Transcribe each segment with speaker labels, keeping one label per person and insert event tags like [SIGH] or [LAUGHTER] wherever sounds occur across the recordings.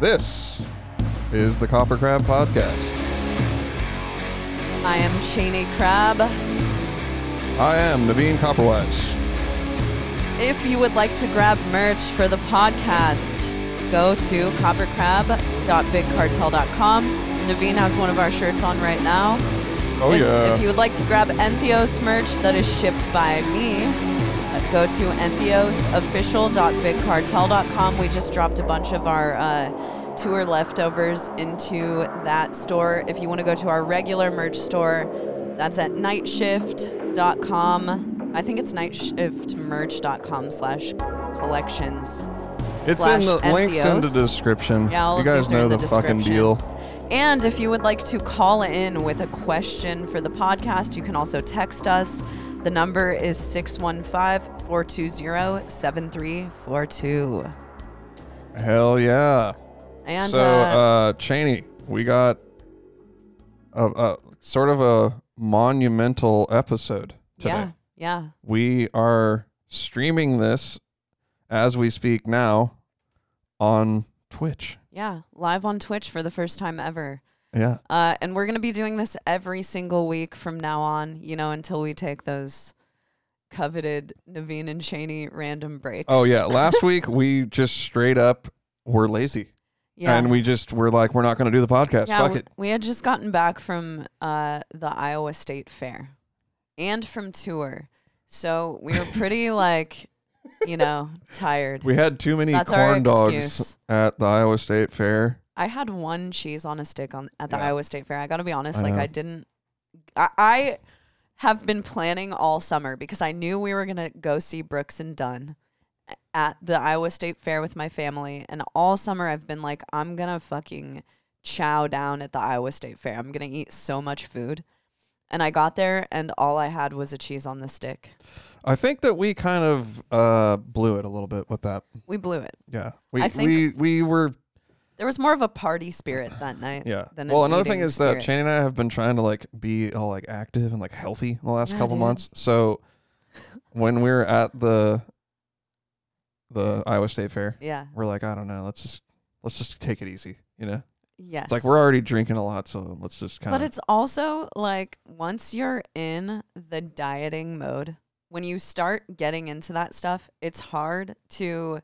Speaker 1: This is the Copper Crab Podcast.
Speaker 2: I am Cheney Crab.
Speaker 1: I am Naveen Copperwise.
Speaker 2: If you would like to grab merch for the podcast, go to coppercrab.bigcartel.com. Naveen has one of our shirts on right now.
Speaker 1: Oh,
Speaker 2: if,
Speaker 1: yeah.
Speaker 2: If you would like to grab Entheos merch that is shipped by me, uh, go to entheosofficial.bigcartel.com. We just dropped a bunch of our uh, tour leftovers into that store. If you want to go to our regular merch store, that's at nightshift.com. I think it's nightshiftmerch.com slash collections.
Speaker 1: it's in
Speaker 2: slash
Speaker 1: the links in the
Speaker 2: Entheos.
Speaker 1: description.
Speaker 2: Yeah, all
Speaker 1: you
Speaker 2: of
Speaker 1: guys
Speaker 2: these are
Speaker 1: know
Speaker 2: in the,
Speaker 1: the, fucking
Speaker 2: description.
Speaker 1: deal.
Speaker 2: And if you would like to call in with a question for the podcast, you can also text us. The number is 615 420 7342.
Speaker 1: Hell yeah.
Speaker 2: And
Speaker 1: so,
Speaker 2: uh,
Speaker 1: uh, Cheney, we got a, a sort of a monumental episode today.
Speaker 2: yeah, yeah.
Speaker 1: We are streaming this as we speak now on Twitch.
Speaker 2: Yeah, live on Twitch for the first time ever.
Speaker 1: Yeah.
Speaker 2: Uh, and we're going to be doing this every single week from now on, you know, until we take those coveted Naveen and Cheney random breaks.
Speaker 1: Oh
Speaker 2: [LAUGHS]
Speaker 1: yeah, last week we just straight up were lazy,
Speaker 2: Yeah.
Speaker 1: and we just were like, we're not going to do the podcast.
Speaker 2: yeah,
Speaker 1: Fuck
Speaker 2: w-
Speaker 1: it.
Speaker 2: we had just gotten back from uh, the Iowa State Fair and from tour. So we were
Speaker 1: [LAUGHS]
Speaker 2: pretty, like, you know, tired.
Speaker 1: We had too many
Speaker 2: That's our
Speaker 1: corn dogs
Speaker 2: excuse.
Speaker 1: at the Iowa State Fair.
Speaker 2: I had one cheese on a stick on at the
Speaker 1: Yeah.
Speaker 2: Iowa State Fair. I got to be honest,
Speaker 1: I
Speaker 2: like,
Speaker 1: know.
Speaker 2: I didn't. I, I have been planning all summer because I knew we were going to go see Brooks and Dunn at the Iowa State Fair with my family. And all summer I've been like, I'm going to fucking chow down at the Iowa State Fair. I'm going to eat so much food. And I got there and all I had was a cheese on the stick.
Speaker 1: I think that we kind of uh, blew it a little bit with that.
Speaker 2: We blew it.
Speaker 1: Yeah, we
Speaker 2: I think-
Speaker 1: we we were
Speaker 2: There was more of a party spirit that night.
Speaker 1: [LAUGHS] yeah.
Speaker 2: Than
Speaker 1: well,
Speaker 2: an
Speaker 1: another thing
Speaker 2: eating
Speaker 1: is that
Speaker 2: spirit.
Speaker 1: Shane and I have been trying to like be all like active and like healthy in the last
Speaker 2: Yeah,
Speaker 1: couple
Speaker 2: dude.
Speaker 1: months. So when we were at the the Iowa State Fair,
Speaker 2: Yeah.
Speaker 1: we're like, I don't know, let's just let's just take it easy, you know.
Speaker 2: Yes.
Speaker 1: It's like we're already drinking a lot, so let's just kind
Speaker 2: But
Speaker 1: of.
Speaker 2: it's also like once you're in the dieting mode, when you start getting into that stuff, it's hard to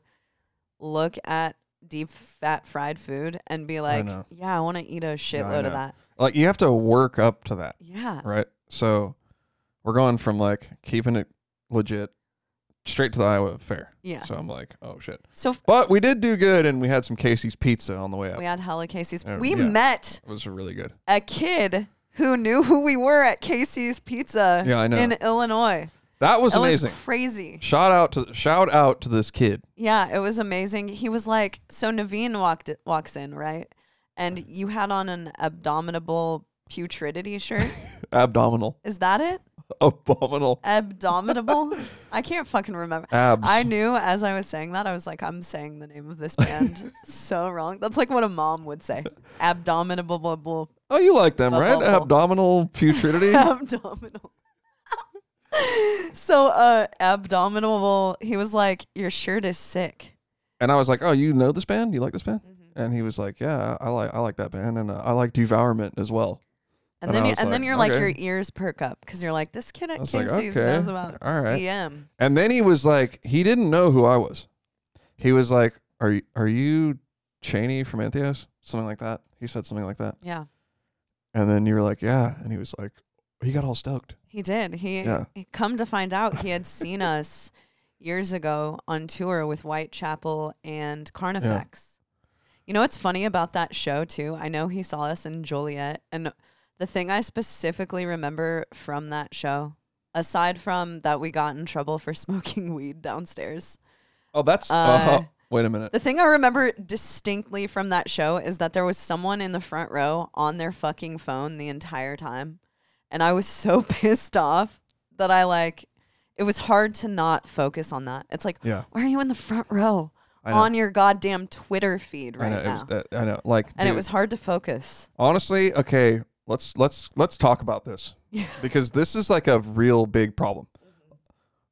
Speaker 2: look at deep fat fried food and be like,
Speaker 1: know.
Speaker 2: yeah, I want to eat a shitload
Speaker 1: know.
Speaker 2: of that.
Speaker 1: Like you have to work up to that,
Speaker 2: Yeah.
Speaker 1: right? So we're going from like keeping it legit straight to the Iowa Fair.
Speaker 2: Yeah.
Speaker 1: So I'm like, oh shit.
Speaker 2: So f-
Speaker 1: But we did do good, and we had some Casey's pizza on the way up.
Speaker 2: we had hella Casey's.
Speaker 1: Oh,
Speaker 2: we
Speaker 1: yeah.
Speaker 2: met
Speaker 1: It was really good.
Speaker 2: a kid who knew who we were at Casey's Pizza
Speaker 1: Yeah, I know.
Speaker 2: in Illinois.
Speaker 1: That was
Speaker 2: Uh, That
Speaker 1: amazing.
Speaker 2: was crazy.
Speaker 1: shout out to shout out to this kid.
Speaker 2: Yeah, it was amazing. He was like, so Naveen walked walks in, right? And you had on an abdominable putridity shirt.
Speaker 1: Abdominal, [LAUGHS]
Speaker 2: Is that it?
Speaker 1: abominable
Speaker 2: Abdominable? I can't fucking remember.
Speaker 1: abs.
Speaker 2: I knew as I was saying that, I was like, I'm saying the name of this band so wrong. That's like what a mom would say. Abdominable,
Speaker 1: oh, you like them, right?
Speaker 2: Abominable.
Speaker 1: Abdominal putridity.
Speaker 2: [LAUGHS] abdominal. so, uh, abdominable, he was like, Your shirt is sick.
Speaker 1: And I was like, "Oh, you know this band? You like this band?"
Speaker 2: Mm-hmm.
Speaker 1: And he was like, "Yeah, I like I like that band, and uh, I like Devourment as well."
Speaker 2: And,
Speaker 1: And
Speaker 2: then
Speaker 1: I
Speaker 2: you,
Speaker 1: was
Speaker 2: and then
Speaker 1: like,
Speaker 2: you're
Speaker 1: okay.
Speaker 2: like your ears perk up because you're like this kid at
Speaker 1: I was
Speaker 2: Casey's
Speaker 1: like, okay,
Speaker 2: knows about
Speaker 1: all right.
Speaker 2: DM.
Speaker 1: And then he was like, he didn't know who I was. He was like, "Are you are you Cheney from Antheos?" Something like that. He said something like that.
Speaker 2: Yeah,
Speaker 1: And then you were like, "Yeah," and he was like, he got all stoked.
Speaker 2: he did. He,
Speaker 1: Yeah.
Speaker 2: he- come to find out he
Speaker 1: [LAUGHS]
Speaker 2: had seen us years ago on tour with Whitechapel and Carnifex. You know what's funny about that show too? I know he saw us in Joliet, and the thing I specifically remember from that show, aside from that we got in trouble for [LAUGHS] smoking weed downstairs,
Speaker 1: Oh, that's. Uh,
Speaker 2: Uh,
Speaker 1: wait a minute.
Speaker 2: The thing I remember distinctly from that show is that there was someone in the front row on their fucking phone the entire time. And I was [LAUGHS] so pissed off that I like it was hard to not focus on that. It's like,
Speaker 1: Yeah.
Speaker 2: why are you in the front row
Speaker 1: I know.
Speaker 2: on your goddamn Twitter feed right
Speaker 1: I know.
Speaker 2: now?
Speaker 1: It was, that- I know. Like,
Speaker 2: and
Speaker 1: dude,
Speaker 2: it was hard to focus.
Speaker 1: honestly okay. Let's let's let's talk about
Speaker 2: [LAUGHS]
Speaker 1: this
Speaker 2: Yeah.
Speaker 1: because this is like a real big problem.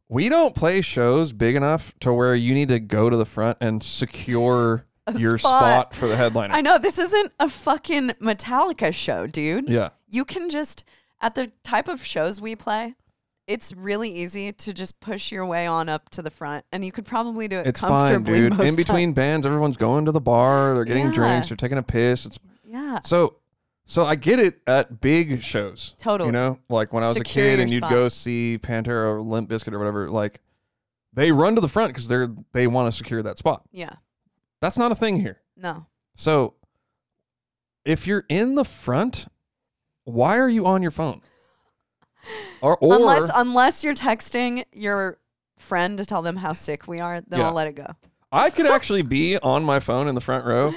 Speaker 1: We don't play shows big enough to where you need to go to the front and secure
Speaker 2: [LAUGHS] a
Speaker 1: your spot. for the headliner.
Speaker 2: I know this isn't a fucking Metallica show, dude.
Speaker 1: yeah.
Speaker 2: You can just at the type of shows we play, it's really easy to just push your way on up to the front, and you could probably [LAUGHS] do it
Speaker 1: It's fine,
Speaker 2: comfortably.
Speaker 1: dude.
Speaker 2: most
Speaker 1: In between bands, everyone's going to the bar, they're getting
Speaker 2: Yeah.
Speaker 1: drinks, they're taking a piss. It's
Speaker 2: time. yeah,
Speaker 1: so so I get it at big shows.
Speaker 2: Totally.
Speaker 1: You know, like when I was
Speaker 2: Secure
Speaker 1: a kid
Speaker 2: your
Speaker 1: and you'd
Speaker 2: spot.
Speaker 1: go see Pantera or Limp Bizkit or whatever, like they run to the front because they're they want to secure that spot.
Speaker 2: yeah,
Speaker 1: That's not a thing here.
Speaker 2: no,
Speaker 1: So if you're in the front, why are you on your phone? Or or
Speaker 2: unless unless you're texting your friend to tell them how sick we are, then
Speaker 1: Yeah.
Speaker 2: I'll let it go.
Speaker 1: I could actually be on my phone in the front row,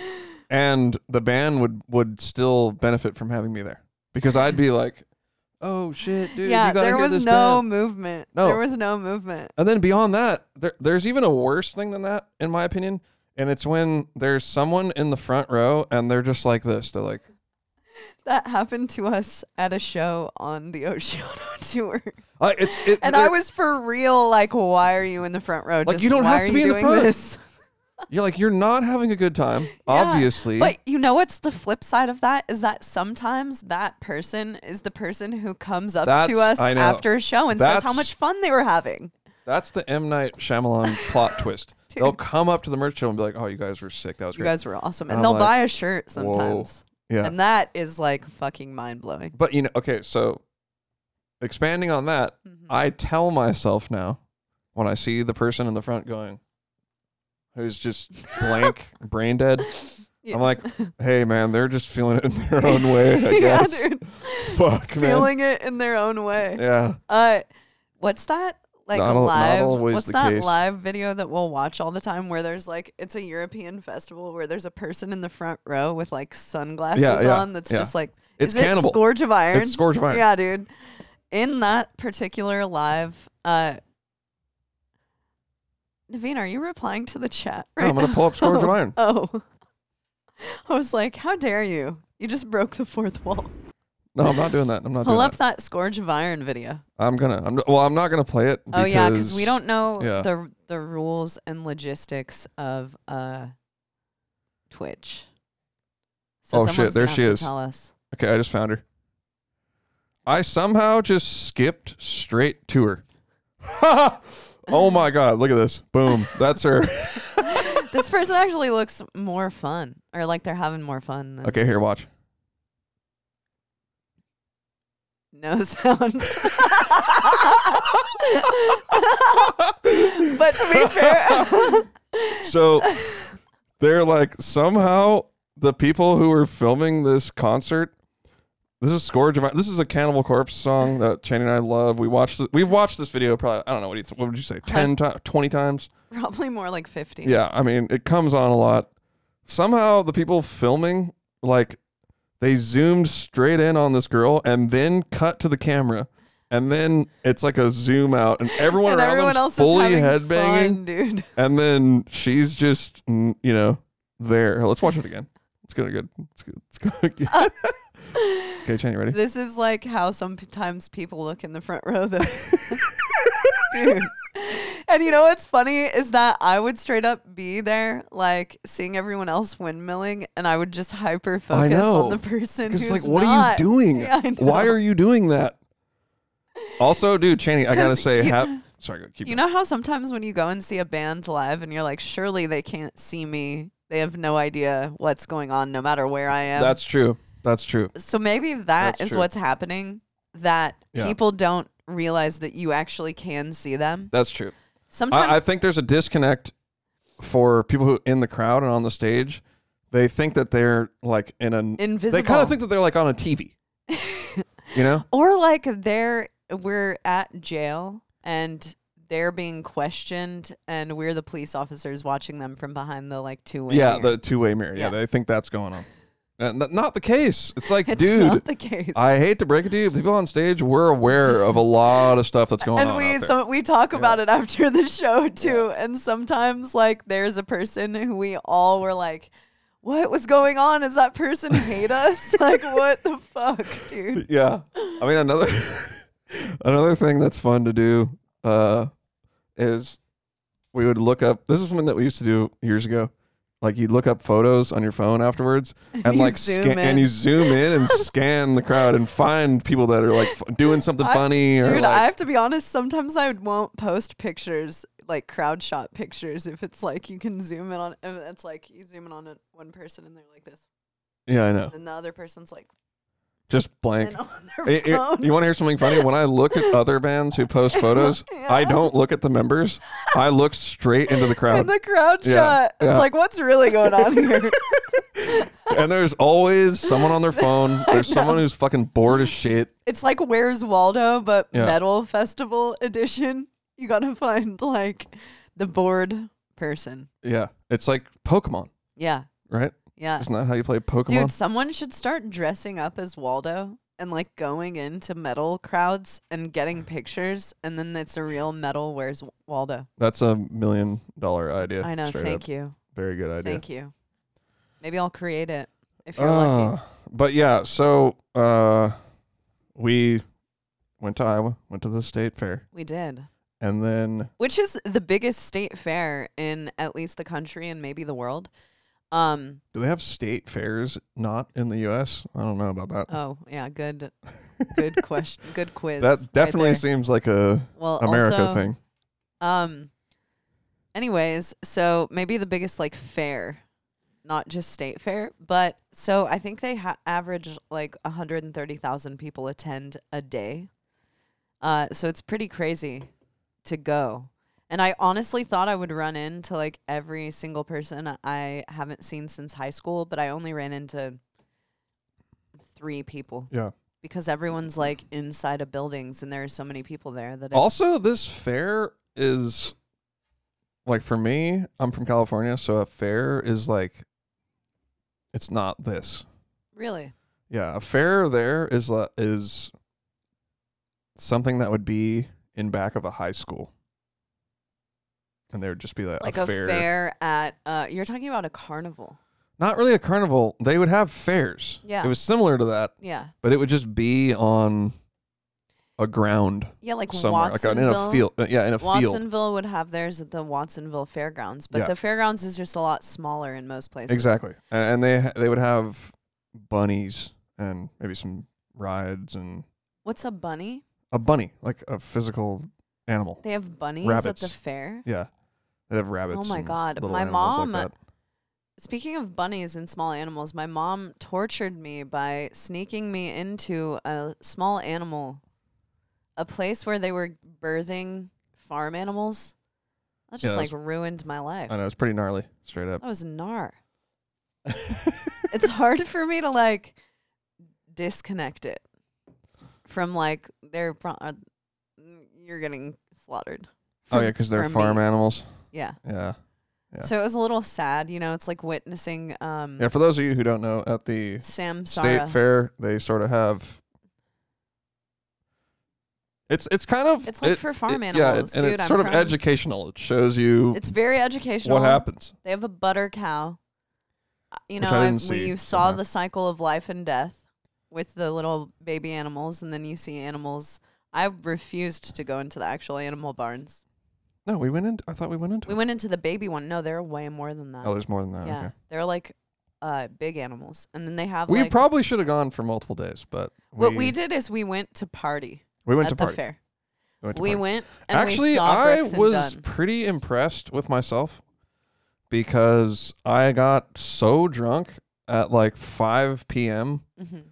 Speaker 1: and the band would would still benefit from having me there because I'd be like, "Oh shit, dude,
Speaker 2: yeah,
Speaker 1: you gotta
Speaker 2: there
Speaker 1: hear
Speaker 2: was
Speaker 1: this
Speaker 2: no
Speaker 1: band."
Speaker 2: movement.
Speaker 1: No.
Speaker 2: There was no movement.
Speaker 1: And then beyond that, there, there's even a worse thing than that, in my opinion, and it's when there's someone in the front row and they're just like this. They're like,
Speaker 2: That happened to us at a show on the [LAUGHS] Oceano tour.
Speaker 1: I "It's it."
Speaker 2: And
Speaker 1: they're-
Speaker 2: I was for real like, why are you in the front row?
Speaker 1: Like, you don't
Speaker 2: why
Speaker 1: have
Speaker 2: are
Speaker 1: to
Speaker 2: you
Speaker 1: be in the
Speaker 2: doing
Speaker 1: front.
Speaker 2: This?
Speaker 1: You're like, you're not having a good time, obviously.
Speaker 2: But you know what's the flip side of that is that sometimes that person is the person who comes up
Speaker 1: That's-
Speaker 2: to us
Speaker 1: I know.
Speaker 2: after a show and says how
Speaker 1: That's-
Speaker 2: much fun they were having.
Speaker 1: That's the M Night Shyamalan plot twist.
Speaker 2: [LAUGHS] Dude.
Speaker 1: They'll come up to the merch show and be like, "Oh, you guys were sick. That was
Speaker 2: You
Speaker 1: great."
Speaker 2: guys were awesome. And
Speaker 1: I'm
Speaker 2: they'll
Speaker 1: like,
Speaker 2: buy a shirt sometimes.
Speaker 1: yeah.
Speaker 2: And that is like fucking mind blowing.
Speaker 1: But you know, okay, so expanding on that,
Speaker 2: Mm-hmm.
Speaker 1: I tell myself now when I see the person in the front going, who's just
Speaker 2: [LAUGHS]
Speaker 1: blank, brain dead.
Speaker 2: Mm-hmm.
Speaker 1: I'm like, hey man, they're just feeling it in their own way.
Speaker 2: [LAUGHS]
Speaker 1: I guess. [LAUGHS]
Speaker 2: yeah, dude.
Speaker 1: Fuck man.
Speaker 2: Feeling it in their own way.
Speaker 1: Yeah,
Speaker 2: Uh, what's that? Like
Speaker 1: Not al- not
Speaker 2: live?
Speaker 1: always
Speaker 2: what's
Speaker 1: the
Speaker 2: that
Speaker 1: case.
Speaker 2: live video that we'll watch all the time? Where there's like it's a European festival where there's a person in the front row with like sunglasses
Speaker 1: Yeah, yeah,
Speaker 2: on. That's
Speaker 1: yeah.
Speaker 2: just like
Speaker 1: It's
Speaker 2: is
Speaker 1: Cannibal.
Speaker 2: It Scourge of Iron.
Speaker 1: it's Scourge of Iron.
Speaker 2: Yeah, dude. In that particular live, uh, Naveen, are you replying to the chat?
Speaker 1: No, I'm gonna pull up Scourge of Iron.
Speaker 2: [LAUGHS] Oh, I was like, how dare you? You just broke the fourth wall.
Speaker 1: No, I'm not doing that. I'm not
Speaker 2: Pull
Speaker 1: doing
Speaker 2: up
Speaker 1: that.
Speaker 2: that Scourge of Iron video.
Speaker 1: I'm gonna. I'm. Well, I'm not gonna play it.
Speaker 2: Oh yeah, because we don't know
Speaker 1: yeah.
Speaker 2: the the rules and logistics of uh Twitch. So
Speaker 1: Oh, shit,
Speaker 2: someone's
Speaker 1: there
Speaker 2: gonna
Speaker 1: she
Speaker 2: have to
Speaker 1: is.
Speaker 2: Tell us.
Speaker 1: Okay, I just found her. I somehow just skipped straight to her. [LAUGHS] oh my god, look at this. Boom. That's her.
Speaker 2: this person actually looks more fun, or like they're having more fun. Than
Speaker 1: Okay, here, watch.
Speaker 2: No sound. but to be fair, [LAUGHS]
Speaker 1: So they're like somehow the people who were filming this concert. This is Scourge of Iron. This is a Cannibal Corpse song that Channing and I love. We watched. This, we've watched this video probably. I don't know what. do you- What would you say? Ten times, twenty times.
Speaker 2: probably more like fifty.
Speaker 1: Yeah, I mean, it comes on a lot. Somehow the people filming, like, they zoomed straight in on this girl and then cut to the camera. And then it's like a zoom out, and everyone
Speaker 2: and
Speaker 1: around
Speaker 2: everyone
Speaker 1: them's
Speaker 2: else
Speaker 1: fully
Speaker 2: is having
Speaker 1: headbanging.
Speaker 2: fun, dude.
Speaker 1: And then she's just, mm, you know, there. Let's watch it again. It's gonna good. It's good. It's good. Yeah. okay, Chan, you
Speaker 2: [LAUGHS]
Speaker 1: ready?
Speaker 2: This is like how sometimes people look in the front row, though.
Speaker 1: [LAUGHS]
Speaker 2: Dude. And you know what's funny is that I would straight up be there, like seeing everyone else windmilling, and I would just hyper focus
Speaker 1: know.
Speaker 2: on the person
Speaker 1: Because
Speaker 2: who's
Speaker 1: like, what
Speaker 2: not.
Speaker 1: are you doing?
Speaker 2: [LAUGHS] Yeah, I
Speaker 1: Why
Speaker 2: know.
Speaker 1: are you doing that? Also, dude, Channing, I gotta
Speaker 2: [LAUGHS] 'Cause
Speaker 1: say,
Speaker 2: you-
Speaker 1: hap- sorry, go- keep
Speaker 2: You
Speaker 1: going.
Speaker 2: know how sometimes when you go and see a band live, and you're like, surely they can't see me. They have no idea what's going on, no matter where I am.
Speaker 1: That's true. That's true.
Speaker 2: so maybe that
Speaker 1: That's
Speaker 2: is
Speaker 1: true.
Speaker 2: what's happening. That
Speaker 1: Yeah.
Speaker 2: people don't realize that you actually can see them.
Speaker 1: That's true.
Speaker 2: Sometimes
Speaker 1: I, I think there's a disconnect for people who in the crowd and on the stage. They think that they're like in an. They
Speaker 2: invisible.
Speaker 1: kind of think that they're like on a
Speaker 2: [LAUGHS]
Speaker 1: TV. you know?
Speaker 2: or like they're we're at jail and they're being questioned and we're the police officers watching them from behind the like two
Speaker 1: Yeah,
Speaker 2: mirror.
Speaker 1: the two-way mirror. Yeah,
Speaker 2: Yeah.
Speaker 1: they think that's going on. And th- not the case. It's like,
Speaker 2: it's
Speaker 1: dude,
Speaker 2: not the case
Speaker 1: I hate to break it to you, but people on stage we're aware of a lot of stuff that's going
Speaker 2: and
Speaker 1: on. out
Speaker 2: we
Speaker 1: there.
Speaker 2: so we talk about it after the show too and sometimes like there's a person who we all were like what was going on is that person hate us [LAUGHS] like what the fuck dude
Speaker 1: yeah. I mean another [LAUGHS] another thing that's fun to do uh, is we would look up. This is something that we used to do years ago. Like you look up photos on your phone
Speaker 2: [LAUGHS]
Speaker 1: afterwards, and
Speaker 2: You
Speaker 1: like
Speaker 2: zoom
Speaker 1: scan,
Speaker 2: in.
Speaker 1: and you zoom in
Speaker 2: [LAUGHS]
Speaker 1: and scan the crowd and find people that are like f- doing something
Speaker 2: I-
Speaker 1: funny or
Speaker 2: Dude,
Speaker 1: like,
Speaker 2: I have to be honest. Sometimes I won't post pictures, like crowd shot pictures, if it's like you can zoom in on. If it's like you zoom in on a, one person and they're like this,
Speaker 1: yeah, I know,
Speaker 2: and the other person's like
Speaker 1: just blank.
Speaker 2: and on their
Speaker 1: It- it-
Speaker 2: phone.
Speaker 1: you want to hear something funny? When I look at other bands who post photos, I
Speaker 2: [LAUGHS] Yeah.
Speaker 1: don't look at the members. I look straight
Speaker 2: [LAUGHS]
Speaker 1: into the crowd.
Speaker 2: [LAUGHS] in the crowd
Speaker 1: Yeah,
Speaker 2: shot. It's
Speaker 1: yeah.
Speaker 2: like, what's really
Speaker 1: [LAUGHS]
Speaker 2: going on here?
Speaker 1: and there's always someone
Speaker 2: [LAUGHS]
Speaker 1: on their phone. There's someone who's fucking bored as shit.
Speaker 2: it's like Where's Waldo, but
Speaker 1: Yeah.
Speaker 2: metal festival edition. You gotta find like the bored person.
Speaker 1: Yeah, it's like Pokemon,
Speaker 2: Yeah,
Speaker 1: right?
Speaker 2: yeah.
Speaker 1: Isn't that how you play Pokemon?
Speaker 2: Dude, someone should start dressing up as Waldo and like going into metal crowds and getting pictures, and then it's a real metal Where's Waldo.
Speaker 1: That's a million dollar idea.
Speaker 2: I know.
Speaker 1: straight
Speaker 2: thank
Speaker 1: up.
Speaker 2: you.
Speaker 1: Very good idea.
Speaker 2: Thank you. Maybe I'll create it if you're lucky.
Speaker 1: Uh, But yeah, so uh, we went to Iowa, went to the state fair,
Speaker 2: We did.
Speaker 1: and then
Speaker 2: which is the biggest state fair in at least the country and maybe the world.
Speaker 1: [LAUGHS]
Speaker 2: Um.
Speaker 1: do they have state fairs not in the U.S.? I don't know about that.
Speaker 2: Oh yeah. Good. Good question. Good quiz.
Speaker 1: [LAUGHS] that
Speaker 2: right
Speaker 1: definitely
Speaker 2: there.
Speaker 1: seems like a
Speaker 2: well
Speaker 1: America
Speaker 2: also,
Speaker 1: thing.
Speaker 2: Um. Anyways, so maybe the biggest like fair, not just state fair, but so I think they ha- average like 130,000 people attend a day. Uh, so it's pretty crazy to go. And I honestly thought I would run into like every single person I haven't seen since high school, but I only ran into three people
Speaker 1: Yeah.
Speaker 2: because everyone's like inside of buildings and there are so many people there that it's-
Speaker 1: Also, this fair is like for me, I'm from California, so a fair is like it's not this.
Speaker 2: really
Speaker 1: Yeah, a fair there is li- is something that would be in back of a high school. And there would just be like,
Speaker 2: like
Speaker 1: a,
Speaker 2: a
Speaker 1: fair.
Speaker 2: fair at uh you're talking about a carnival
Speaker 1: Not really a carnival. They would have fairs.
Speaker 2: Yeah.
Speaker 1: It was similar to that,
Speaker 2: yeah
Speaker 1: but it would just be on a ground
Speaker 2: yeah like
Speaker 1: somewhere, like a, in
Speaker 2: watsonville
Speaker 1: a field. uh, Yeah, in a field.
Speaker 2: watsonville would have theirs at the watsonville fairgrounds but
Speaker 1: Yeah.
Speaker 2: the fairgrounds is just a lot smaller in most places
Speaker 1: Exactly, A- and they ha- they would have bunnies and maybe some rides and
Speaker 2: what's a bunny
Speaker 1: a bunny, like a physical animal.
Speaker 2: they have bunnies at the
Speaker 1: Rabbits.
Speaker 2: fair
Speaker 1: Yeah, they have rabbits.
Speaker 2: Oh my
Speaker 1: and
Speaker 2: God,
Speaker 1: little
Speaker 2: my
Speaker 1: animals like
Speaker 2: mom- uh,
Speaker 1: that.
Speaker 2: Speaking of bunnies and small animals, my mom tortured me by sneaking me into a small animal, a place where they were birthing farm animals. That
Speaker 1: Yeah,
Speaker 2: just
Speaker 1: that
Speaker 2: like ruined my life.
Speaker 1: I know it's pretty gnarly, straight up.
Speaker 2: That was gnar. Oh.
Speaker 1: [LAUGHS]
Speaker 2: it's hard for me to like disconnect it from like they're pro- uh, you're getting slaughtered.
Speaker 1: oh
Speaker 2: for-
Speaker 1: yeah, because
Speaker 2: for
Speaker 1: they're
Speaker 2: meat.
Speaker 1: farm animals.
Speaker 2: Yeah.
Speaker 1: Yeah, Yeah.
Speaker 2: So it was a little sad, you know. It's like witnessing um,
Speaker 1: yeah. For those of you who don't know, at the
Speaker 2: Sam Sara.
Speaker 1: state fair, they sort of have. It's it's kind of
Speaker 2: It's like
Speaker 1: it-
Speaker 2: for farm
Speaker 1: it-
Speaker 2: animals,
Speaker 1: yeah, and
Speaker 2: dude,
Speaker 1: it's
Speaker 2: I'm
Speaker 1: sort
Speaker 2: from-
Speaker 1: of educational. It shows you
Speaker 2: It's very educational.
Speaker 1: what happens.
Speaker 2: They have a butter cow. Uh, You know,
Speaker 1: Which I
Speaker 2: I
Speaker 1: didn't see,
Speaker 2: you saw
Speaker 1: somehow.
Speaker 2: the cycle of life and death with the little baby animals, and then you see animals. I refused to go into the actual animal barns.
Speaker 1: No, we went into. I thought we went into.
Speaker 2: We went into the baby one. No, there are way more than that.
Speaker 1: Oh, there's more than that.
Speaker 2: Uh, yeah,
Speaker 1: Okay.
Speaker 2: they're like uh, big animals, and then they have.
Speaker 1: We
Speaker 2: like,
Speaker 1: probably should have gone for multiple days, but
Speaker 2: what we did is we went to party
Speaker 1: We went
Speaker 2: at
Speaker 1: to
Speaker 2: the
Speaker 1: party.
Speaker 2: fair.
Speaker 1: We went to
Speaker 2: We
Speaker 1: party.
Speaker 2: went and
Speaker 1: Actually,
Speaker 2: we saw
Speaker 1: I
Speaker 2: Brooks and
Speaker 1: was
Speaker 2: Dunn.
Speaker 1: pretty impressed with myself because I got so drunk at like 5 p.m.
Speaker 2: Mhm.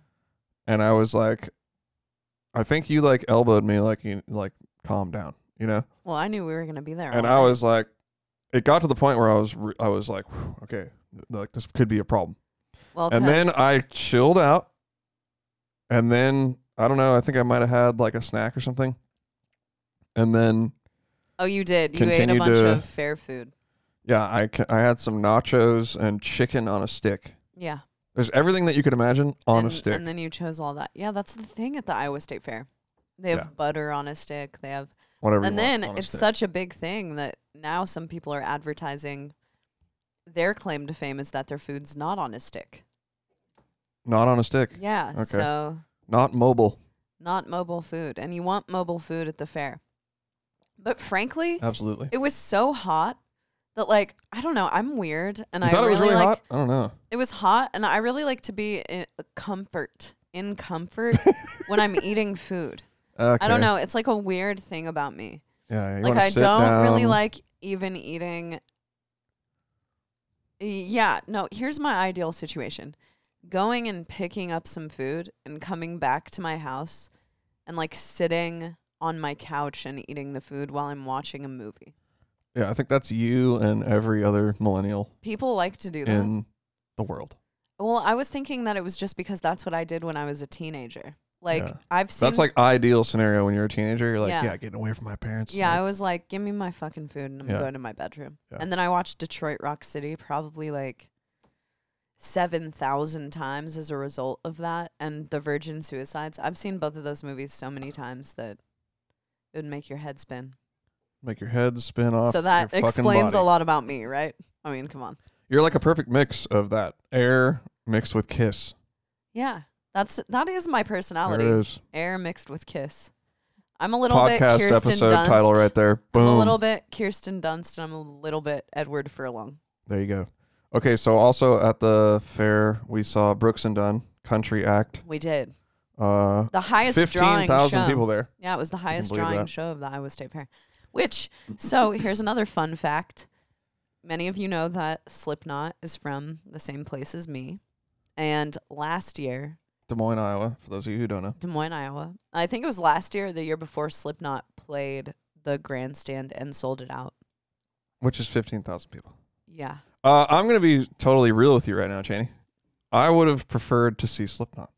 Speaker 1: and I was like, I think you like elbowed me, like you like calm down, you know.
Speaker 2: Well, I knew we were gonna be there.
Speaker 1: and
Speaker 2: all
Speaker 1: I
Speaker 2: night.
Speaker 1: was like, it got to the point where I was re- I was like, "Whew, okay, th- like this could be a problem.
Speaker 2: well,
Speaker 1: and then
Speaker 2: 'cause-
Speaker 1: I chilled out. And then I don't know. I think I might have had like a snack or something. And then
Speaker 2: oh, you did. You ate a
Speaker 1: continued
Speaker 2: bunch
Speaker 1: to-
Speaker 2: of fair food.
Speaker 1: yeah, I ca- I had some nachos and chicken on a stick.
Speaker 2: Yeah.
Speaker 1: There's everything that you could imagine on
Speaker 2: and,
Speaker 1: a stick.
Speaker 2: And then you chose all that. Yeah, that's the thing at the Iowa State Fair. They have
Speaker 1: Yeah.
Speaker 2: butter on a stick. They have,
Speaker 1: whatever. you want
Speaker 2: and then
Speaker 1: on a
Speaker 2: it's
Speaker 1: stick.
Speaker 2: such a big thing that now some people are advertising. Their claim to fame is that their food's not on a stick.
Speaker 1: not on a stick,
Speaker 2: Yeah,
Speaker 1: Okay.
Speaker 2: so
Speaker 1: not mobile.
Speaker 2: not mobile food, and you want mobile food at the fair. But frankly,
Speaker 1: Absolutely.
Speaker 2: it was so hot that like I don't know. I'm weird, [LAUGHS] and
Speaker 1: You
Speaker 2: I
Speaker 1: thought
Speaker 2: really
Speaker 1: it was really
Speaker 2: like,
Speaker 1: hot? I don't
Speaker 2: [LAUGHS]
Speaker 1: know.
Speaker 2: It was hot, and I really like to be in comfort in comfort
Speaker 1: [LAUGHS]
Speaker 2: when I'm eating food.
Speaker 1: Okay.
Speaker 2: I don't know. It's like a weird thing about me.
Speaker 1: Yeah, you
Speaker 2: like
Speaker 1: wanna
Speaker 2: I
Speaker 1: sit
Speaker 2: don't really
Speaker 1: down.
Speaker 2: like even eating. Yeah, no. Here's my ideal situation: going and picking up some food and coming back to my house, and like sitting on my couch and eating the food while I'm watching a movie.
Speaker 1: Yeah, I think that's you and every other millennial
Speaker 2: People like to do that.
Speaker 1: in the world.
Speaker 2: well, I was thinking that it was just because that's what I did when I was a teenager. Like
Speaker 1: Yeah.
Speaker 2: I've seen.
Speaker 1: That's like ideal scenario when you're a teenager. You're like,
Speaker 2: Yeah.
Speaker 1: yeah, getting away from my parents.
Speaker 2: Yeah, I
Speaker 1: Like,
Speaker 2: was like, give me my fucking food and I'm
Speaker 1: Yeah.
Speaker 2: going to my bedroom.
Speaker 1: Yeah.
Speaker 2: And then I watched Detroit Rock City probably like 7,000 times as a result of that and The Virgin Suicides. I've seen both of those movies so many times that it would make your head spin.
Speaker 1: make your head spin off.
Speaker 2: so that
Speaker 1: your fucking
Speaker 2: explains a
Speaker 1: body.
Speaker 2: lot about me, right? I mean, come on.
Speaker 1: You're like a perfect mix of that air mixed with kiss.
Speaker 2: Yeah. That's that is my
Speaker 1: There it
Speaker 2: personality.
Speaker 1: is.
Speaker 2: Air mixed with kiss. I'm a little bit
Speaker 1: Podcast
Speaker 2: Kirsten
Speaker 1: episode
Speaker 2: Dunst.
Speaker 1: title right there.
Speaker 2: I'm
Speaker 1: Boom.
Speaker 2: a little bit Kirsten Dunst and I'm a little bit Edward Furlong.
Speaker 1: There you go. Okay, so also at the fair we saw Brooks and Dunn country act.
Speaker 2: We did.
Speaker 1: Uh,
Speaker 2: The highest
Speaker 1: fifteen
Speaker 2: drawing
Speaker 1: thousand
Speaker 2: show.
Speaker 1: people there.
Speaker 2: Yeah, it was the highest
Speaker 1: believe
Speaker 2: drawing
Speaker 1: that.
Speaker 2: show of the Iowa State Fair. Which, so here's another fun fact. Many of you know that Slipknot is from the same place as me. And last year,
Speaker 1: Des Moines, Iowa. For those of you who don't know,
Speaker 2: Des Moines, Iowa, I think it was last year, or the year before Slipknot played the grandstand and sold it out.
Speaker 1: which is fifteen thousand people.
Speaker 2: Yeah.
Speaker 1: Uh, I'm gonna be totally real with you right now, Cheney. I would have preferred to see Slipknot.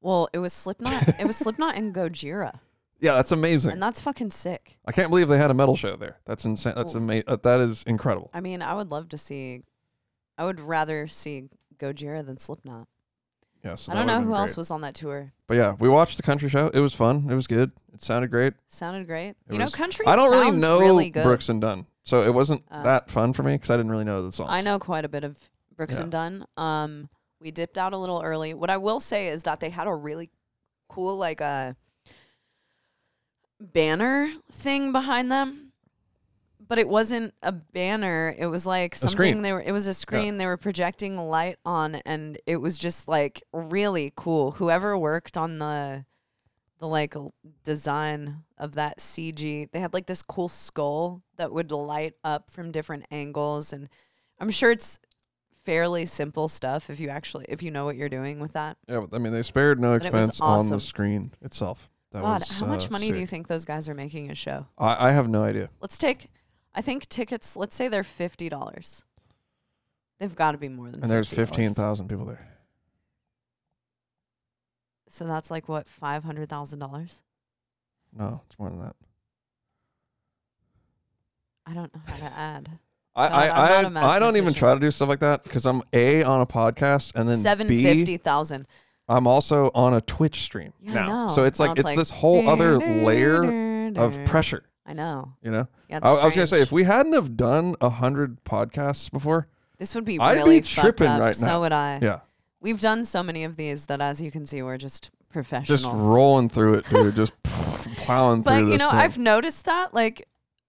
Speaker 2: Well, it was Slipknot.
Speaker 1: [LAUGHS]
Speaker 2: it was Slipknot and Gojira.
Speaker 1: Yeah, that's amazing.
Speaker 2: And that's fucking sick.
Speaker 1: I can't believe they had a metal show there. That's insane. That's
Speaker 2: Well-
Speaker 1: amazing. Uh, that is incredible.
Speaker 2: I mean, I would love to see, I would rather see Gojira than Slipknot.
Speaker 1: Yeah, so
Speaker 2: I
Speaker 1: that would've
Speaker 2: don't know
Speaker 1: been
Speaker 2: who
Speaker 1: great.
Speaker 2: else was on that tour.
Speaker 1: But yeah, we watched the country show. It was fun. It was good. It sounded great.
Speaker 2: Sounded great.
Speaker 1: It
Speaker 2: you know,
Speaker 1: was-
Speaker 2: country.
Speaker 1: I don't really
Speaker 2: sounds
Speaker 1: know
Speaker 2: really good.
Speaker 1: Brooks and Dunn, so it wasn't
Speaker 2: Uh,
Speaker 1: that fun for me because I didn't really know the songs.
Speaker 2: I know quite a bit of Brooks
Speaker 1: Yeah.
Speaker 2: and Dunn. Um, we dipped out a little early. What I will say is that they had a really cool like uh, a banner thing behind them, but it wasn't a banner. It was like something
Speaker 1: screen.
Speaker 2: they were. It was a screen they were projecting light on, and it was just like really cool. Whoever worked on the the like l- design of that CG. They had like this cool skull that would light up from different angles and I'm sure it's fairly simple stuff if you actually if you know what you're doing with that.
Speaker 1: Yeah, but, I mean, they spared no
Speaker 2: But it was
Speaker 1: expense on
Speaker 2: awesome.
Speaker 1: the screen itself. That
Speaker 2: God,
Speaker 1: was,
Speaker 2: how much
Speaker 1: uh,
Speaker 2: money do you
Speaker 1: sick.
Speaker 2: think those guys are making a show?
Speaker 1: I, I have no idea.
Speaker 2: Let's take I think tickets, let's say they're fifty dollars. They've got to be more than
Speaker 1: And there's
Speaker 2: $50.
Speaker 1: fifteen thousand people there.
Speaker 2: So that's like what, five hundred thousand dollars?
Speaker 1: No, it's more than that.
Speaker 2: I don't know how to add.
Speaker 1: I
Speaker 2: God, I'm not a
Speaker 1: I, I, I don't even
Speaker 2: mathematician.
Speaker 1: try to do stuff like that because I'm a on a podcast and [LAUGHS] then
Speaker 2: Seven
Speaker 1: B
Speaker 2: fifty thousand.
Speaker 1: I'm also on a Twitch stream
Speaker 2: Yeah, I
Speaker 1: now.
Speaker 2: know.
Speaker 1: So it's
Speaker 2: Now
Speaker 1: like
Speaker 2: it's
Speaker 1: it's,
Speaker 2: like,
Speaker 1: this whole
Speaker 2: [LAUGHS]
Speaker 1: other layer of pressure.
Speaker 2: I know.
Speaker 1: You know,
Speaker 2: Yeah, it's
Speaker 1: I, I was gonna say
Speaker 2: strange.
Speaker 1: if we hadn't have done a hundred podcasts before,
Speaker 2: This would be
Speaker 1: I'd be
Speaker 2: really fucked
Speaker 1: tripping
Speaker 2: up.
Speaker 1: right
Speaker 2: So
Speaker 1: now.
Speaker 2: would I.
Speaker 1: yeah,
Speaker 2: We've done so many of these that, as you can see, we're just professional.
Speaker 1: just rolling through it, dude, just
Speaker 2: [LAUGHS]
Speaker 1: plowing
Speaker 2: but
Speaker 1: through
Speaker 2: you
Speaker 1: this
Speaker 2: know,
Speaker 1: thing.
Speaker 2: I've noticed that, like,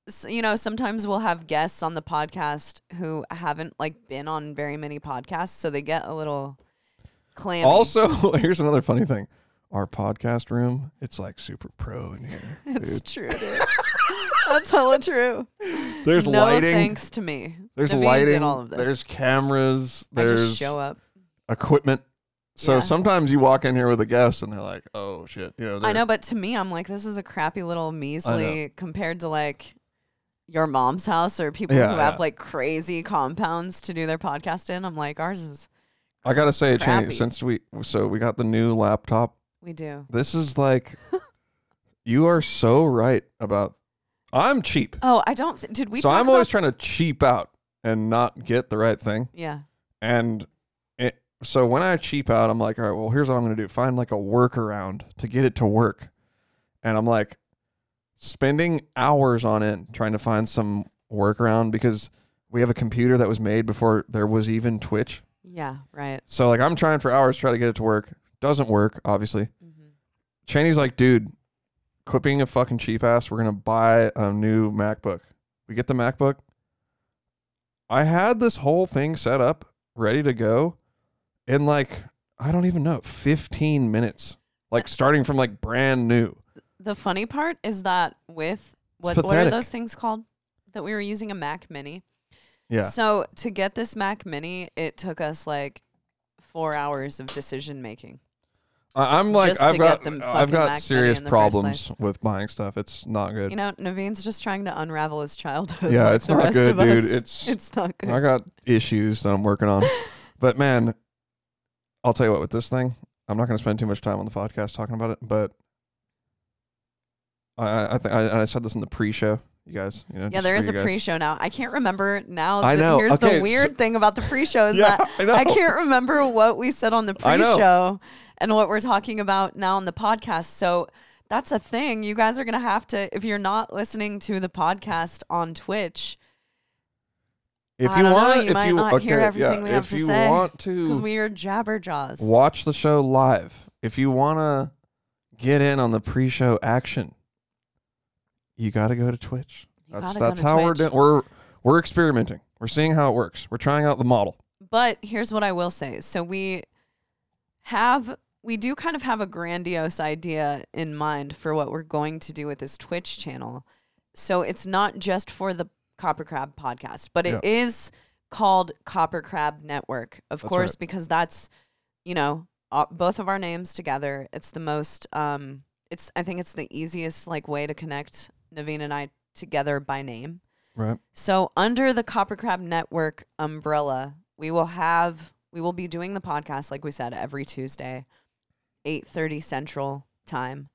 Speaker 2: s you know, sometimes we'll have guests on the podcast who haven't like been on very many podcasts, so they get a little clammy.
Speaker 1: Also, [LAUGHS] here's another funny thing. Our podcast room, it's like super pro in here.
Speaker 2: [LAUGHS] it's
Speaker 1: dude.
Speaker 2: true. Dude. [LAUGHS] That's hella true.
Speaker 1: There's
Speaker 2: no
Speaker 1: lighting.
Speaker 2: thanks to me.
Speaker 1: There's
Speaker 2: Naveen did
Speaker 1: lighting.
Speaker 2: all of this.
Speaker 1: There's cameras.
Speaker 2: I
Speaker 1: There's
Speaker 2: just show up.
Speaker 1: equipment. So
Speaker 2: Yeah.
Speaker 1: sometimes you walk in here with a guest and they're like, "Oh shit," you know.
Speaker 2: I
Speaker 1: they're-
Speaker 2: know, but to me, I'm like, this is a crappy little measly compared to like your mom's house or people
Speaker 1: Yeah,
Speaker 2: who
Speaker 1: yeah.
Speaker 2: have like crazy compounds to do their podcast in. I'm like, ours is,
Speaker 1: I gotta say, Cheney,
Speaker 2: Crappy.
Speaker 1: since we so we got the new laptop,
Speaker 2: we do.
Speaker 1: this is
Speaker 2: [LAUGHS]
Speaker 1: like, you are so right about. I'm cheap,
Speaker 2: Oh, I don't, th- did we
Speaker 1: so
Speaker 2: talk
Speaker 1: I'm always
Speaker 2: about-
Speaker 1: trying to cheap out and not get the right thing.
Speaker 2: yeah.
Speaker 1: And it, so when I cheap out, I'm like, all right, well, here's what I'm going to do find like a workaround to get it to work. And I'm like spending hours on it trying to find some workaround because we have a computer that was made before there was even Twitch.
Speaker 2: Yeah. Right.
Speaker 1: So like I'm trying for hours to try to get it to work. Doesn't work, obviously.
Speaker 2: hmm
Speaker 1: Cheney's like, dude, quit being a fucking cheap ass. We're going to buy a new MacBook. We get the MacBook. I had this whole thing set up, ready to go, in like I don't even know, 15 minutes. Like starting from like brand new.
Speaker 2: The funny part is that with what, what are
Speaker 1: pathetic.
Speaker 2: those things called that we were using a Mac Mini?
Speaker 1: Yeah.
Speaker 2: So to get this Mac Mini, it took us like four hours of decision making.
Speaker 1: I, I'm like
Speaker 2: Just to
Speaker 1: I've got
Speaker 2: get them
Speaker 1: I've
Speaker 2: fucking
Speaker 1: got
Speaker 2: Mac Mini
Speaker 1: serious
Speaker 2: in the first
Speaker 1: problems with buying stuff. It's not good.
Speaker 2: You know, Naveen's just trying to unravel his childhood.
Speaker 1: Yeah,
Speaker 2: like
Speaker 1: it's
Speaker 2: the
Speaker 1: not
Speaker 2: rest
Speaker 1: good,
Speaker 2: of
Speaker 1: dude.
Speaker 2: us.
Speaker 1: It's-
Speaker 2: [LAUGHS] it's not good.
Speaker 1: I got issues that I'm working
Speaker 2: [LAUGHS]
Speaker 1: on. But man, I'll tell you what, with this thing, I'm not going to spend too much time on the podcast talking about it. But I, I- I think I, and I said this in the pre-show, you guys. You know,
Speaker 2: yeah,
Speaker 1: just
Speaker 2: there
Speaker 1: for
Speaker 2: is a
Speaker 1: you guys. [LAUGHS]
Speaker 2: pre-show now. I can't remember now.
Speaker 1: I
Speaker 2: that-
Speaker 1: know.
Speaker 2: Here's
Speaker 1: Okay,
Speaker 2: the
Speaker 1: so-
Speaker 2: weird thing about the pre-show
Speaker 1: [LAUGHS]
Speaker 2: is
Speaker 1: Yeah,
Speaker 2: that
Speaker 1: I know.
Speaker 2: [LAUGHS] I can't remember what we said on the
Speaker 1: I know.
Speaker 2: pre-show and what we're talking about now on the podcast. So that's a thing. You guys are gonna have to, if you're not listening to the podcast on Twitch,
Speaker 1: If
Speaker 2: I
Speaker 1: you
Speaker 2: don't know,
Speaker 1: want,
Speaker 2: you
Speaker 1: if
Speaker 2: might
Speaker 1: you
Speaker 2: not
Speaker 1: okay,
Speaker 2: hear everything
Speaker 1: yeah,
Speaker 2: we have
Speaker 1: if
Speaker 2: to
Speaker 1: you
Speaker 2: say,
Speaker 1: want
Speaker 2: because
Speaker 1: to
Speaker 2: we are jabberjaws.
Speaker 1: watch the show live, if you want to get in on the pre-show action, you got to go to Twitch.
Speaker 2: You
Speaker 1: That's
Speaker 2: gotta go
Speaker 1: that's
Speaker 2: to
Speaker 1: how we're
Speaker 2: Twitch.
Speaker 1: doing. We're we're experimenting. We're seeing how it works. We're trying out the model.
Speaker 2: But here's what I will say. So we have we do kind of have a grandiose idea in mind for what we're going to do with this Twitch channel. So it's not just for the Copper Crab podcast, but it is called Copper Crab Network, of
Speaker 1: That's
Speaker 2: course,
Speaker 1: right.
Speaker 2: because that's you know uh, both of our names together. It's the most um, it's I think it's the easiest like way to connect Naveen and I together by name.
Speaker 1: Right.
Speaker 2: So under the Copper Crab Network umbrella, we will have we will be doing the podcast like we said every Tuesday, 8:30 Central time.